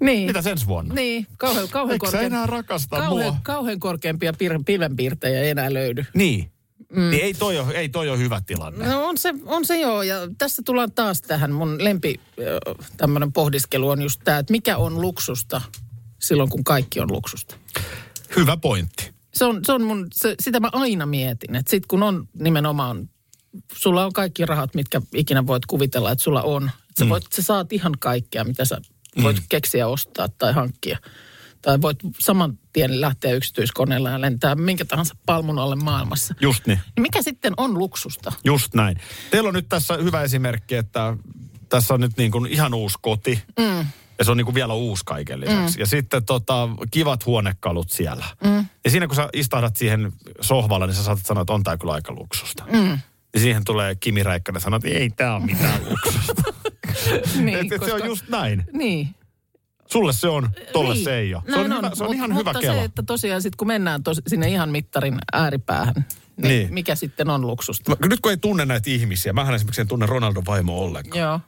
Speaker 3: Niin.
Speaker 2: Mitä ensi vuonna?
Speaker 3: Niin, kauhean, kauhean,
Speaker 2: Eikö sä
Speaker 3: korkean,
Speaker 2: enää rakasta
Speaker 3: kauhean,
Speaker 2: mua?
Speaker 3: kauhean korkeampia pir- pilvenpiirtejä ei enää löydy.
Speaker 2: Niin. Mm. niin ei, toi ole, ei toi ole hyvä tilanne.
Speaker 3: No on se, on se joo, ja tässä tullaan taas tähän. Mun lempi tämmöinen pohdiskelu on just tämä, että mikä on luksusta silloin, kun kaikki on luksusta.
Speaker 2: Hyvä pointti.
Speaker 3: Se on, se on mun, se, sitä mä aina mietin, että sit kun on nimenomaan, sulla on kaikki rahat, mitkä ikinä voit kuvitella, että sulla on. Sä,
Speaker 2: Mm.
Speaker 3: voit, sä saat ihan kaikkea, mitä sä voit keksiä ostaa tai hankkia. Tai voit saman tien lähteä yksityiskoneella ja lentää minkä tahansa palmun alle maailmassa.
Speaker 2: Just niin.
Speaker 3: Niin Mikä sitten on luksusta?
Speaker 2: Just näin. Teillä on nyt tässä hyvä esimerkki, että tässä on nyt niin kuin ihan uusi koti. Mm. Ja se on niinku vielä uusi kaiken lisäksi. Mm. Ja sitten tota, kivat huonekalut siellä. Mm. Ja siinä kun sä istahdat siihen sohvalla, niin sä saatat sanoa, että on tää kyllä aika luksusta. Mm. Ja siihen tulee Kimi Räikkönen ja sanoo, että ei tää on mitään luksusta. niin, et, et Se on just näin.
Speaker 3: Niin.
Speaker 2: Sulle se on, tolle
Speaker 3: niin.
Speaker 2: se ei ole. Se
Speaker 3: Näin
Speaker 2: on, hyvä, se on
Speaker 3: Mut-
Speaker 2: ihan
Speaker 3: mutta
Speaker 2: hyvä kela.
Speaker 3: se, että tosiaan sitten kun mennään tos, sinne ihan mittarin ääripäähän, niin,
Speaker 2: Niin.
Speaker 3: niin mikä sitten on luksusta?
Speaker 2: Mä, nyt kun ei tunne näitä ihmisiä, mähän esimerkiksi en tunne Ronaldon vaimoa ollenkaan.
Speaker 3: Joo.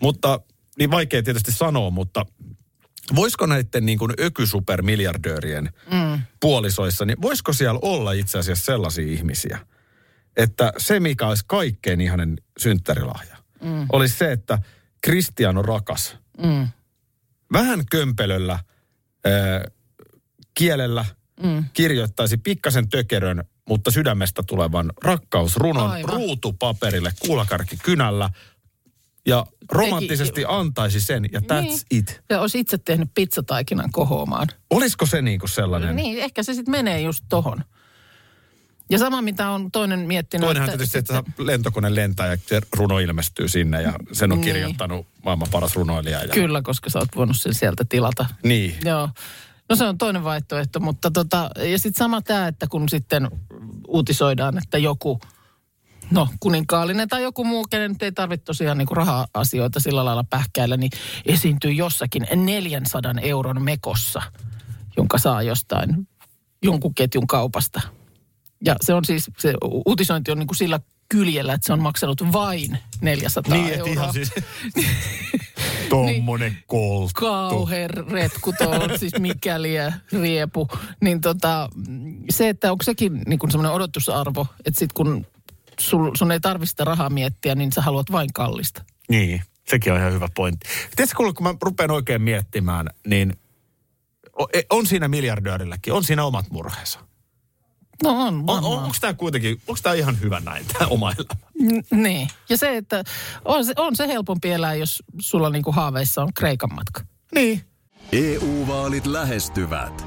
Speaker 2: Mutta niin vaikea tietysti sanoa, mutta voisiko näiden niin kuin ökysupermiljardöörien mm. puolisoissa, niin voisiko siellä olla itse asiassa sellaisia ihmisiä, että se mikä olisi kaikkein ihanen synttärilahja, mm. olisi se, että Kristian on rakas.
Speaker 3: Mm.
Speaker 2: Vähän kömpelöllä ö, kielellä mm. kirjoittaisi pikkasen tökerön, mutta sydämestä tulevan rakkausrunon
Speaker 3: Aivan.
Speaker 2: ruutupaperille kuulakarkki kynällä ja romanttisesti antaisi sen ja that's niin.
Speaker 3: Niin.
Speaker 2: it.
Speaker 3: Ja olisi itse tehnyt pizzataikinan kohoamaan.
Speaker 2: Olisiko se niinku sellainen?
Speaker 3: Niin, ehkä se sitten menee just tohon. Ja sama mitä on toinen miettinyt.
Speaker 2: Toinenhan tietysti, että lentokone lentää ja se runo ilmestyy sinne ja sen on
Speaker 3: Niin.
Speaker 2: kirjoittanut maailman paras runoilija. Ja...
Speaker 3: Kyllä, koska sä oot voinut sen sieltä tilata.
Speaker 2: Niin.
Speaker 3: Joo. No se on toinen vaihtoehto, mutta tota, ja sitten sama tämä, että kun sitten uutisoidaan, että joku, no kuninkaallinen tai joku muu, kenen nyt ei tarvitse tosiaan niin raha-asioita sillä lailla pähkäillä, niin esiintyy jossakin 400 euron mekossa, jonka saa jostain jonkun ketjun kaupasta. Ja se on siis, se u- uutisointi on niin kuin sillä kyljellä, että se on maksanut vain 400
Speaker 2: Niin, että
Speaker 3: euroa.
Speaker 2: ihan siis
Speaker 3: Niin.
Speaker 2: tommonen kolttu.
Speaker 3: kauhean retku tuolla, siis mikäli ja riepu. Niin tota, se, että onko sekin niin kuin semmoinen odotusarvo, että sit kun sul, sun ei tarvitse sitä rahaa miettiä, niin sä haluat vain kallista.
Speaker 2: Niin, sekin on ihan hyvä pointti. Tiedätkö, kuule, kun mä rupean oikein miettimään, niin o- e- on siinä miljardöörilläkin, on siinä omat murheensa.
Speaker 3: No on
Speaker 2: On,
Speaker 3: varmaan.
Speaker 2: on, onko tämä kuitenkin, onko tämä ihan hyvä näin, tämä oma elämä?
Speaker 3: N- niin. Ja se, että on se, on se helpompi elää, jos sulla niin kuin haaveissa on Kreikan matka.
Speaker 2: Niin.
Speaker 4: EU-vaalit E lähestyvät.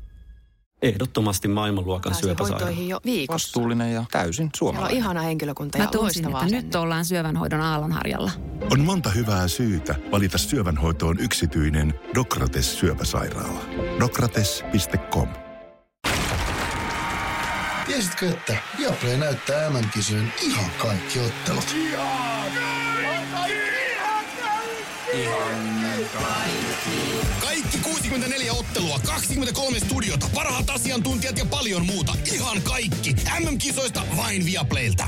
Speaker 5: Ehdottomasti maailmanluokan
Speaker 6: pääsee
Speaker 5: syöpäsairaala.
Speaker 6: hoitoihin jo viikossa.
Speaker 7: vastuullinen ja täysin
Speaker 6: Siellä on
Speaker 7: suomalainen.
Speaker 6: ihana henkilökunta ja
Speaker 8: Mä tunsin,
Speaker 6: loistavaa
Speaker 8: että nyt
Speaker 6: asennetta.
Speaker 8: ollaan syövänhoidon aallonharjalla.
Speaker 9: On monta hyvää syytä valita syövänhoitoon yksityinen Dokrates syöpäsairaala. Dokrates.com
Speaker 10: Tiesitkö, että Viaplay näyttää MM-kisojen ihan kaikki ottelut?
Speaker 11: Kaikki 64 ottelua, 23 studiota, parhaat asiantuntijat ja paljon muuta. Ihan kaikki. MM-kisoista vain Viaplaylta.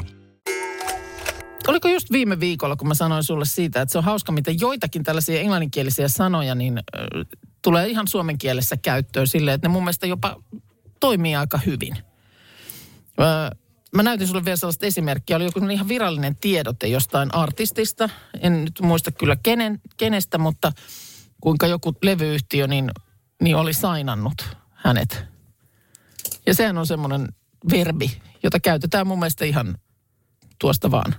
Speaker 3: Oliko just viime viikolla, kun mä sanoin sulle siitä, että se on hauska, miten joitakin tällaisia englanninkielisiä sanoja niin, ö, tulee ihan suomen kielessä käyttöön silleen, että ne mun mielestä jopa toimii aika hyvin. Ö, mä näytin sulle vielä sellaista esimerkkiä. Oli joku semmoinen ihan virallinen tiedote jostain artistista. En nyt muista kyllä kenen, kenestä, mutta kuinka joku levyyhtiö niin, niin oli sainannut hänet. Ja sehän on semmoinen verbi, jota käytetään mun mielestä ihan tuosta vaan.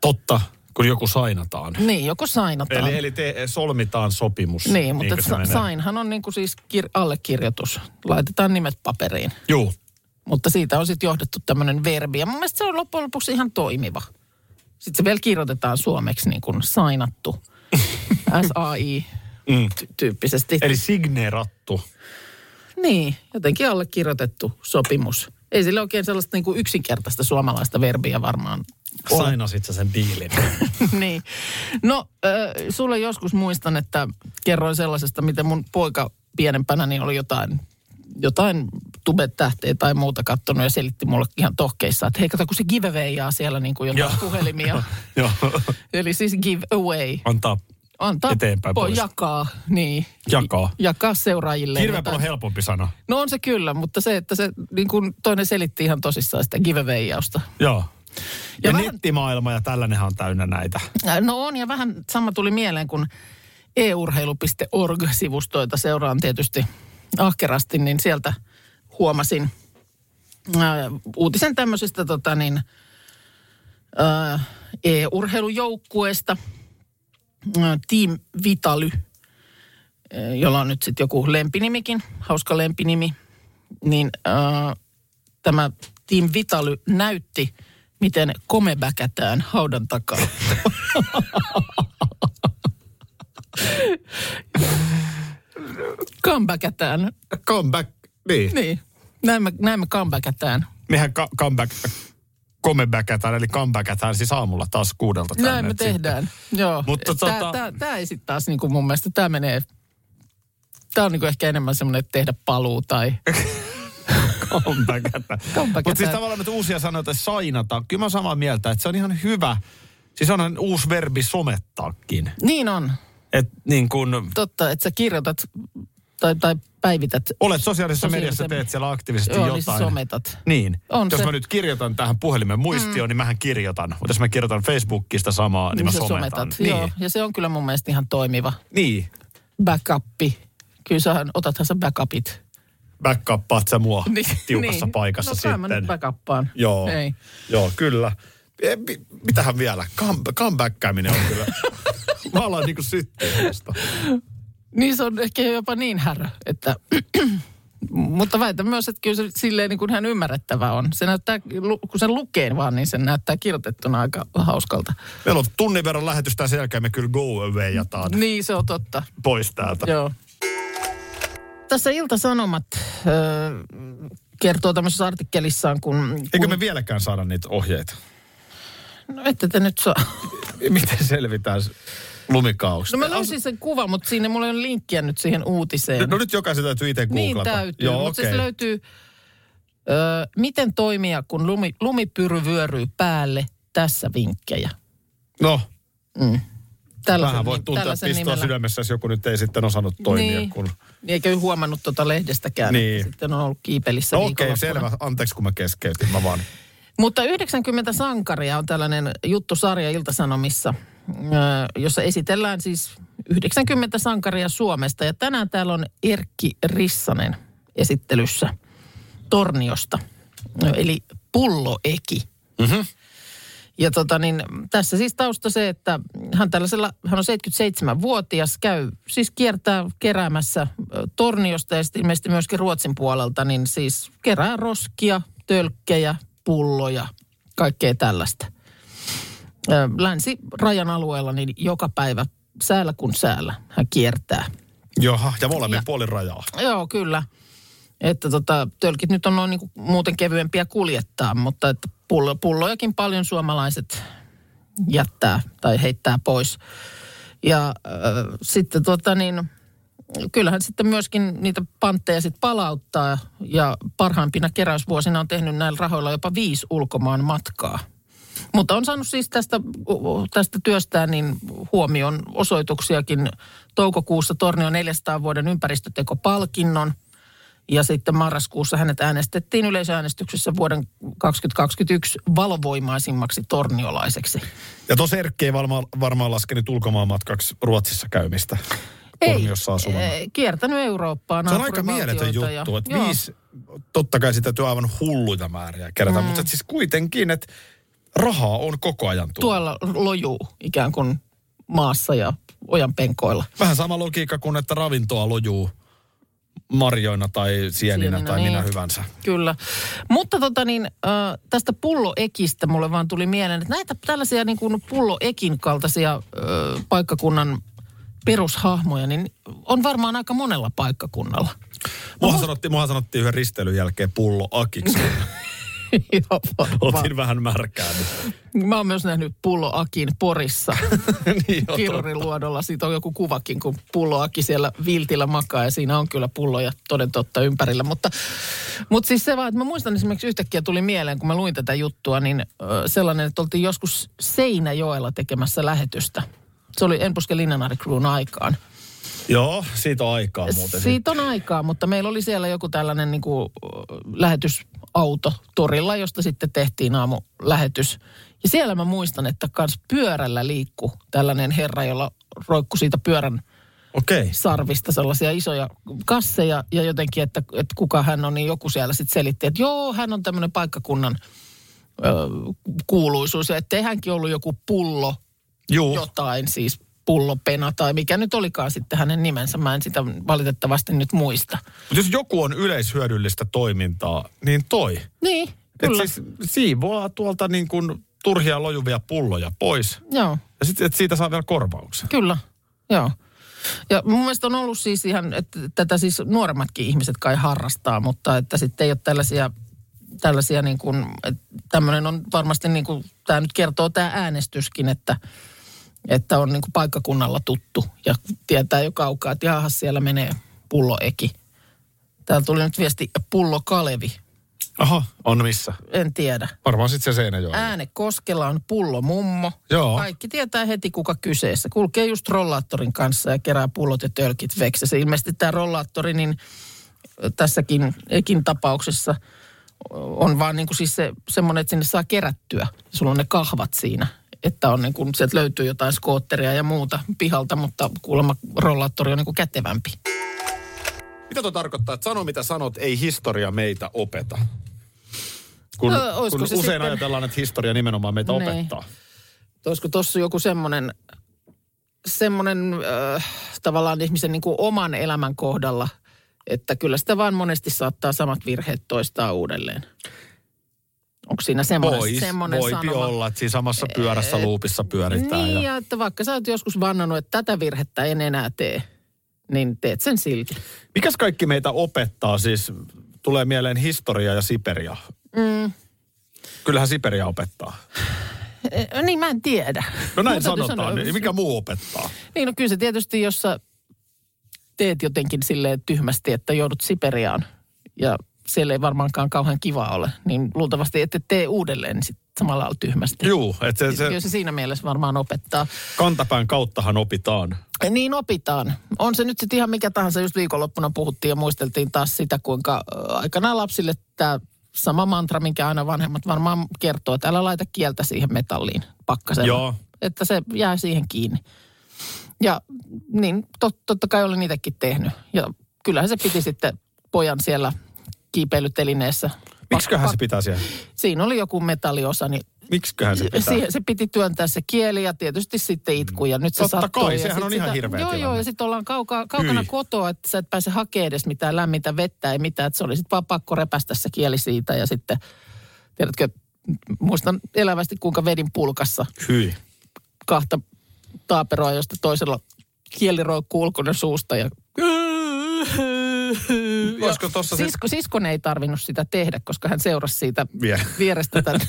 Speaker 2: Totta, kun joku sainataan.
Speaker 3: Niin, joko sainataan.
Speaker 2: Eli, eli te, e, solmitaan sopimus.
Speaker 3: niin, mutta
Speaker 2: kuin se
Speaker 3: sa-
Speaker 2: menee.
Speaker 3: sainhan on niin kuin siis kir- allekirjoitus. Laitetaan nimet paperiin.
Speaker 2: Juu.
Speaker 3: Mutta siitä on sitten johdettu tämmöinen verbi. Ja mun mielestä se on loppujen lopuksi ihan toimiva. Sitten se vielä kirjoitetaan suomeksi niin kuin sainattu. S-A-I-tyyppisesti.
Speaker 2: Mm. Eli signeerattu.
Speaker 3: Niin, jotenkin allekirjoitettu sopimus. Ei sillä oikein sellaista niin kuin yksinkertaista suomalaista verbiä varmaan ole.
Speaker 2: Sainasit sä sen diilin.
Speaker 3: niin. No, ö, sulle joskus muistan, että kerroin sellaisesta, miten mun poika pienempänä niin oli jotain, jotain tubetähteä tai muuta kattonut ja selitti mulle ihan tohkeissa, että hei kato, kun se giveawayjaa siellä niin kuin jotain
Speaker 2: Joo.
Speaker 3: puhelimia.
Speaker 2: Joo.
Speaker 3: Eli siis give away.
Speaker 2: Antaa
Speaker 3: Antaa
Speaker 2: Eteenpäin
Speaker 3: po-
Speaker 2: pois.
Speaker 3: jakaa, niin.
Speaker 2: jakaa.
Speaker 3: Jakaa seuraajille.
Speaker 2: Hirveän paljon helpompi sana.
Speaker 3: No on se kyllä, mutta se, että se niin kuin toinen selitti ihan tosissaan sitä giveawayjausta.
Speaker 2: Joo. Ja,
Speaker 3: Ja
Speaker 2: ja
Speaker 3: vähän-
Speaker 2: nettimaailma ja tällainenhan on täynnä näitä.
Speaker 3: No on, ja vähän sama tuli mieleen, kun e-urheilu.org-sivustoita seuraan tietysti ahkerasti, niin sieltä huomasin ää, uutisen tämmöisestä tota niin, ää, e-urheilujoukkueesta, ää, Team Vitaly, ää, jolla on nyt sitten joku lempinimikin, hauska lempinimi, niin ää, tämä Team Vitaly näytti, miten komebäkätään haudan takaa. Comebackätään.
Speaker 2: Comeback, niin. niin.
Speaker 3: Niin. Näin me, näin me comebackätään.
Speaker 2: Mehän ka- comeback, comebackätään, eli comebackätään siis aamulla taas kuudelta tänne. Siis
Speaker 3: Näin me
Speaker 2: Et sitten-
Speaker 3: tehdään. Joo.
Speaker 2: Mutta
Speaker 3: tämä,
Speaker 2: tota-
Speaker 3: tämä, tämä ei sitten taas niin kuin mun mielestä, tämä menee, tämä on niin kuin ehkä enemmän semmoinen, että tehdä paluu tai
Speaker 2: Eh. Comebackätään.
Speaker 3: Comebackätään.
Speaker 2: Mutta siis tavallaan, että uusia sanoja sainata, kyllä mä oon samaa mieltä, että se on ihan hyvä. Siis onhan uusi verbi somettaakin.
Speaker 3: Niin on.
Speaker 2: Et niin kun,
Speaker 3: Totta, että sä kirjoitat tai, tai päivität.
Speaker 2: olet sosiaalisessa
Speaker 3: Sosiaalisen-
Speaker 2: mediassa, teet siellä aktiivisesti
Speaker 3: Joo, niin
Speaker 2: jotain.
Speaker 3: sä sometat.
Speaker 2: Niin.
Speaker 3: On
Speaker 2: jos
Speaker 3: se.
Speaker 2: mä nyt kirjoitan tähän puhelimen muistioon, mm. niin mähän kirjoitan. Mutta jos mä kirjoitan Facebookista samaa, niin, mä
Speaker 3: sä
Speaker 2: sometan.
Speaker 3: Niin.
Speaker 2: Niin.
Speaker 3: Joo, ja se on kyllä mun mielestä ihan toimiva
Speaker 2: niin.
Speaker 3: backup. Kyllä sähän, otathan sä backupit.
Speaker 2: Backuppaat sä mua tiukassa paikassa
Speaker 3: Niin. no, kai
Speaker 2: sitten.
Speaker 3: mä nyt backuppaan.
Speaker 2: Joo,
Speaker 3: Ei.
Speaker 2: joo kyllä. E, mi- mitähän vielä? Come- Comebackkääminen on kyllä. mä aloin niinku syttyä
Speaker 3: Niin se on ehkä jopa niin härö, että... Mutta väitän myös, että kyllä se silleen niin kuin hän ymmärrettävä on. Se näyttää, lu- kun sen lukee vaan, niin se näyttää kirjoitettuna aika hauskalta.
Speaker 2: Meillä on tunnin verran lähetystä ja sen jälkeen me kyllä go awayjataan
Speaker 3: Niin, se on totta.
Speaker 2: pois täältä.
Speaker 3: Joo. Tässä Ilta-Sanomat öö, kertoo tämmöisessä artikkelissaan, kun...
Speaker 2: Eikö
Speaker 3: kun
Speaker 2: me vieläkään saada niitä ohjeita?
Speaker 3: No ette te nyt saa.
Speaker 2: Miten selvitään s- lumikausta?
Speaker 3: No mä löysin sen kuvan, mutta siinä mulla ei ole linkkiä nyt siihen uutiseen.
Speaker 2: No nyt jokaisen täytyy itse
Speaker 3: Niin
Speaker 2: googlata.
Speaker 3: täytyy,
Speaker 2: Joo,
Speaker 3: mutta
Speaker 2: okei.
Speaker 3: siis löytyy, ö, miten toimia, kun lumi, lumipyry vyöryy päälle, tässä vinkkejä.
Speaker 2: No,
Speaker 3: Tällaisen,
Speaker 2: vähän voi
Speaker 3: nim-
Speaker 2: tuntea
Speaker 3: tällaisen
Speaker 2: pistoa
Speaker 3: nimellä.
Speaker 2: sydämessä, jos joku nyt ei sitten osannut toimia.
Speaker 3: Niin.
Speaker 2: Kun...
Speaker 3: Niin, Eikä huomannut tuota lehdestäkään,
Speaker 2: Niin.
Speaker 3: niin. sitten on ollut kiipelissä
Speaker 2: No, Okei,
Speaker 3: viikonloppuna.
Speaker 2: okay, selvä. Anteeksi, kun mä keskeytin. Mä vaan
Speaker 3: Mutta 90 sankaria on tällainen juttusarja Iltasanomissa, ö, jossa esitellään siis 90 sankaria Suomesta. Ja tänään täällä on Erkki Rissanen esittelyssä Torniosta, ö, eli pulloeki. Mm-hmm. Ja tota niin, tässä siis tausta se, että hän, tällaisella, hän on 77-vuotias, käy siis kiertää keräämässä ö, Torniosta ja sitten ilmeisesti myöskin Ruotsin puolelta, niin siis kerää roskia, tölkkejä, pulloja, kaikkea tällaista. Ö, Länsirajan alueella niin joka päivä säällä kun säällä hän kiertää.
Speaker 2: Jaha, ja molemmin puolin rajaa.
Speaker 3: Joo, kyllä. Että tota, tölkit nyt on noin niin muuten kevyempiä kuljettaa, mutta että pullo, pullojakin paljon suomalaiset jättää tai heittää pois. Ja äh, sitten tota niin, kyllähän sitten myöskin niitä pantteja sitten palauttaa ja parhaimpina keräysvuosina on tehnyt näillä rahoilla jopa viisi ulkomaan matkaa. Mutta on saanut siis tästä, tästä työstään niin huomion osoituksiakin. Toukokuussa Tornion 400 vuoden ympäristötekopalkinnon ja sitten marraskuussa hänet äänestettiin yleisäänestyksessä vuoden 2021 valovoimaisimmaksi torniolaiseksi.
Speaker 2: Ja tos Erkki ei varmaan, varmaan laskenut ulkomaan matkaksi Ruotsissa käymistä. Torniossa asuvana.
Speaker 3: ei, kiertänyt Eurooppaa.
Speaker 2: Se on aika mieletön
Speaker 3: naapurivaltioita ja-
Speaker 2: juttu, että
Speaker 3: Joo.
Speaker 2: viisi, totta kai sitä täytyy aivan hulluita määriä kerätä, mm. mutta et siis kuitenkin, että rahaa on koko ajan tullut.
Speaker 3: Tuolla lojuu ikään kuin maassa ja ojan penkoilla.
Speaker 2: Vähän sama logiikka kuin, että ravintoa lojuu marjoina tai sieninä
Speaker 3: Sieninä,
Speaker 2: tai niin. minä
Speaker 3: niin.
Speaker 2: hyvänsä.
Speaker 3: Kyllä. Mutta tota niin, äh, tästä pulloekistä mulle vaan tuli mieleen, että näitä tällaisia niin kuin pulloekin kaltaisia äh, paikkakunnan perushahmoja, niin on varmaan aika monella paikkakunnalla.
Speaker 2: Muahan sanottiin, muahan sanottiin yhden risteilyn jälkeen pullo akiksi.
Speaker 3: Joo, varmaan.
Speaker 2: Oltiin vähän märkään.
Speaker 3: Mä oon myös nähnyt pulloakin Porissa.
Speaker 2: niin, on
Speaker 3: Kiruriluodolla. Siitä on joku kuvakin, kun pulloakin siellä viltillä makaa ja siinä on kyllä pulloja toden totta ympärillä. Mutta, mutta siis se vaan, että mä muistan esimerkiksi yhtäkkiä tuli mieleen, kun mä luin tätä juttua, niin ö, sellainen, että oltiin joskus Seinäjoella tekemässä lähetystä. Se oli Enpuske Linnanari Crewn aikaan.
Speaker 2: Joo, siitä on aikaa muuten.
Speaker 3: Siitä on aikaa, mutta meillä oli siellä joku tällainen niin kuin, lähetysauto torilla, josta sitten tehtiin aamulähetys. Ja siellä mä muistan, että kans pyörällä liikkuu tällainen herra, jolla roikkui siitä pyörän
Speaker 2: Okei. Okay.
Speaker 3: sarvista sellaisia isoja kasseja ja jotenkin, että, että kuka hän on, niin joku siellä sitten selitti, että joo, hän on tämmöinen paikkakunnan ö, kuuluisuus. Ja ettei hänkin ollut joku pullo
Speaker 2: Juu.
Speaker 3: jotain, siis pullopena tai mikä nyt olikaan sitten hänen nimensä. Mä en sitä valitettavasti nyt muista.
Speaker 2: Mut jos joku on yleishyödyllistä toimintaa, niin toi.
Speaker 3: Niin,
Speaker 2: Et
Speaker 3: kyllä.
Speaker 2: siis siivoaa tuolta niin kuin turhia lojuvia pulloja pois.
Speaker 3: Joo.
Speaker 2: Ja sit, et siitä saa vielä korvauksen.
Speaker 3: Kyllä, joo. Ja mun mielestä on ollut siis ihan, että tätä siis nuoremmatkin ihmiset kai harrastaa, mutta että sitten ei ole tällaisia, tällaisia niin kuin, että tämmöinen on varmasti niin kuin, tämä nyt kertoo tämä äänestyskin, että, että on niin kuin paikkakunnalla tuttu ja tietää jo kaukaa, että jaahas siellä menee pulloeki. Täällä tuli nyt viesti Pullo Kalevi,
Speaker 2: Aha, on missä?
Speaker 3: en tiedä.
Speaker 2: Varmaan sitten se Seinäjoella.
Speaker 3: Äänekoskella on pullo mummo.
Speaker 2: Joo.
Speaker 3: Kaikki tietää heti, kuka kyseessä. Kulkee just rollaattorin kanssa ja kerää pullot ja tölkit veksessä. Ilmeisesti tämä rollaattori, niin tässäkin ekin tapauksessa on vaan niin kuin siis se, semmoinen, että sinne saa kerättyä. Sulla on ne kahvat siinä, että on niin kuin, sieltä löytyy jotain skootteria ja muuta pihalta, mutta kuulemma rollaattori on niin kuin kätevämpi.
Speaker 2: Mitä tuo tarkoittaa, että sano mitä sanot, ei historia meitä opeta? Kun,
Speaker 3: No, olisiko
Speaker 2: kun
Speaker 3: se
Speaker 2: usein
Speaker 3: sitten-
Speaker 2: ajatellaan, että historia nimenomaan meitä
Speaker 3: Niin.
Speaker 2: opettaa.
Speaker 3: olisiko tuossa joku semmoinen semmoinen äh, tavallaan ihmisen niin kuin oman elämän kohdalla, että kyllä sitä vaan monesti saattaa samat virheet toistaa uudelleen. Onko siinä semmoinen,
Speaker 2: Pois,
Speaker 3: semmoinen
Speaker 2: voipi
Speaker 3: sanoma?
Speaker 2: olla, että siinä samassa pyörässä luupissa pyöritään.
Speaker 3: Niin,
Speaker 2: ja...
Speaker 3: ja että vaikka sä oot joskus vannannut, että tätä virhettä en enää tee, niin teet sen silti.
Speaker 2: Mikäs kaikki meitä opettaa siis? Tulee mieleen historia ja Siperia. Mm. Kyllähän Siperia opettaa.
Speaker 3: Eh, Niin mä en tiedä.
Speaker 2: No näin
Speaker 3: Mun täytyy
Speaker 2: sanotaan.
Speaker 3: sanoa-
Speaker 2: Niin mikä muu opettaa?
Speaker 3: Niin, no kyllä se tietysti, jos sä teet jotenkin silleen tyhmästi, että joudut Siperiaan ja siellä ei varmaankaan kauhean kiva ole, niin luultavasti ette tee uudelleen niin sit samalla lailla tyhmästi.
Speaker 2: Juu, että se,
Speaker 3: Se... Kyllä
Speaker 2: se
Speaker 3: se siinä mielessä varmaan opettaa.
Speaker 2: kantapään kauttahan opitaan.
Speaker 3: Niin opitaan. On se nyt sitten ihan mikä tahansa. Just viikonloppuna puhuttiin ja muisteltiin taas sitä, kuinka ö, aikanaan lapsille tämä sama mantra, minkä aina vanhemmat varmaan kertoo, että älä laita kieltä siihen metalliin pakkasella.
Speaker 2: Joo.
Speaker 3: Että se jää siihen kiinni. Ja niin, tot, totta kai olen itsekin tehnyt. Ja kyllähän se piti sitten pojan siellä kiipeilytelineessä.
Speaker 2: Miksiköhän
Speaker 3: Pak-
Speaker 2: se pitää siellä?
Speaker 3: Siinä oli joku metalliosa, niin
Speaker 2: Miksiköhän se pitää?
Speaker 3: Siihen, se piti työntää se kieli ja tietysti sitten itku ja nyt se
Speaker 2: Totta
Speaker 3: sattui.
Speaker 2: kai,
Speaker 3: ja
Speaker 2: sehän
Speaker 3: sit
Speaker 2: on ihan hirveä
Speaker 3: Joo,
Speaker 2: tilanne.
Speaker 3: joo, ja sitten ollaan kaukaa, kaukana
Speaker 2: Hyi.
Speaker 3: kotoa, että sä et pääse hakemaan edes mitään lämmintä vettä, ei mitään. Että se oli sitten vaan pakko repästä se kieli siitä ja sitten, tiedätkö, muistan elävästi kuinka vedin pulkassa
Speaker 2: Hyi.
Speaker 3: kahta taaperoa, josta toisella kieli roikkuu ulkona suusta ja
Speaker 2: Olisiko tossa siis- sit-
Speaker 3: Sisko, siskon ei tarvinnut sitä tehdä, koska hän seurasi siitä
Speaker 2: Vie.
Speaker 3: vierestä tämän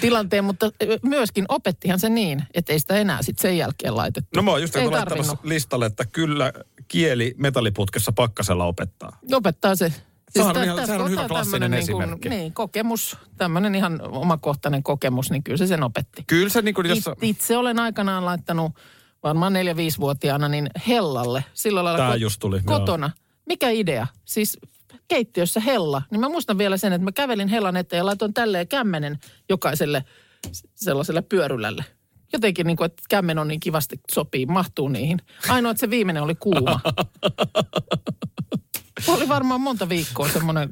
Speaker 3: tilanteen, mutta myöskin opettihan se niin, että ei sitä enää sitten sen jälkeen laitettu.
Speaker 2: No mä oon just
Speaker 3: ei
Speaker 2: nyt laittamassa
Speaker 3: tarvinnut.
Speaker 2: listalle, että kyllä kieli metalliputkessa pakkasella opettaa.
Speaker 3: Opettaa se. Siis
Speaker 2: Sehän on
Speaker 3: tä-
Speaker 2: ihan-
Speaker 3: tästä
Speaker 2: sehän on hyvä
Speaker 3: otetaan
Speaker 2: klassinen
Speaker 3: tämmönen niin kuin-
Speaker 2: esimerkki.
Speaker 3: Niin, kokemus, tämmöinen ihan omakohtainen kokemus, niin kyllä se sen opetti.
Speaker 2: Kyllä se niin kuin
Speaker 3: It,
Speaker 2: jossa...
Speaker 3: itse olen aikanaan laittanut varmaan 4-5-vuotiaana niin hellalle. Sillä lailla
Speaker 2: Tää
Speaker 3: kot-
Speaker 2: just tuli, joo.
Speaker 3: kotona. Mikä idea? Siis keittiössä hella. Niin mä muistan vielä sen, että mä kävelin hellan eteen ja laitoin tälleen kämmenen jokaiselle s- sellaiselle pyörylälle. Jotenkin niin kuin, että kämmen on niin kivasti sopii, mahtuu niihin. Ainoa, että se viimeinen oli kuuma. oli varmaan monta viikkoa semmoinen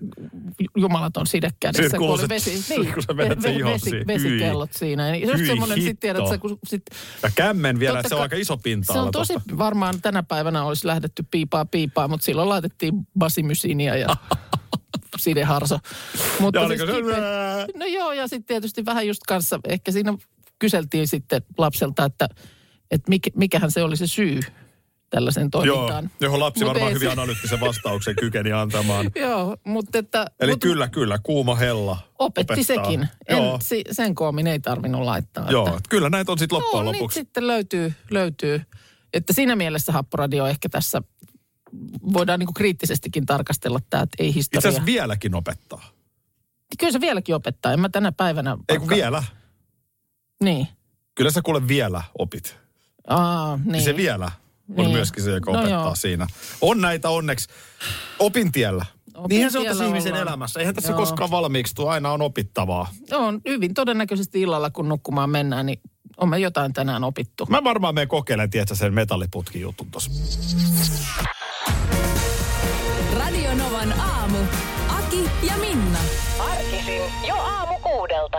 Speaker 3: jumalaton side kädessä.
Speaker 2: Siinä
Speaker 3: kun oli
Speaker 2: kuulosti-
Speaker 3: niin,
Speaker 2: Siis kun sä vedät sen ihon
Speaker 3: vesi,
Speaker 2: siihen.
Speaker 3: vesikellot siinä. Niin, se on
Speaker 2: Hyi
Speaker 3: semmoinen, sit
Speaker 2: hitto.
Speaker 3: tiedät, sä, kun sit,
Speaker 2: Ja kämmen vielä, että se on
Speaker 3: kai-
Speaker 2: aika iso pinta
Speaker 3: Se on tosi, varmaan tänä päivänä olisi lähdetty piipaa piipaa, mutta silloin laitettiin basimysinia ja sideharso. Mutta
Speaker 2: Ja oliko se...
Speaker 3: siis kipeä- No joo, ja sitten tietysti vähän just kanssa, ehkä siinä kyseltiin sitten lapselta, että, että mikä, mikähän se oli se syy tällaisen
Speaker 2: Joo,
Speaker 3: toimintaan.
Speaker 2: johon lapsi
Speaker 3: Mut
Speaker 2: varmaan
Speaker 3: ei
Speaker 2: hyvin
Speaker 3: se-
Speaker 2: analyyttisen vastauksen kykeni antamaan.
Speaker 3: Joo, mutta että...
Speaker 2: Eli
Speaker 3: mut
Speaker 2: kyllä, kyllä, kuuma hella
Speaker 3: Opetti
Speaker 2: opettaa.
Speaker 3: sekin.
Speaker 2: Joo,
Speaker 3: En, si, sen koomin ei tarvinnut laittaa.
Speaker 2: joo,
Speaker 3: että-
Speaker 2: että kyllä näitä on sitten loppujen
Speaker 3: no,
Speaker 2: lopuksi.
Speaker 3: Niitä sitten löytyy, löytyy. Että siinä mielessä Happoradio ehkä tässä voidaan niinku kriittisestikin tarkastella tämä, että ei
Speaker 2: Itse
Speaker 3: historia. Niin
Speaker 2: asiassa vieläkin opettaa.
Speaker 3: Kyllä se vieläkin opettaa, en mä tänä päivänä.
Speaker 2: Ei kun
Speaker 3: vaikka-
Speaker 2: vielä.
Speaker 3: Niin.
Speaker 2: Kyllä sä kuule vielä opit.
Speaker 3: Aa, niin.
Speaker 2: Niin. Se vielä on
Speaker 3: Niin.
Speaker 2: myöskin se, joka
Speaker 3: No
Speaker 2: opettaa
Speaker 3: joo.
Speaker 2: siinä. On näitä onneksi. Opintiellä.
Speaker 3: Opintiellä
Speaker 2: Niinhän se on tässä ihmisen
Speaker 3: ollaan.
Speaker 2: elämässä. Eihän tässä
Speaker 3: Joo.
Speaker 2: koskaan valmiiksi tule, aina on opittavaa.
Speaker 3: On hyvin todennäköisesti illalla, kun nukkumaan mennään, niin on me jotain tänään opittu.
Speaker 2: Mä varmaan menen kokeilemaan, tiedätkö, sen metalliputkijutun tossa.
Speaker 1: Radio Novan aamu. Aki ja Minna.
Speaker 6: Arkisin jo aamu kuudelta.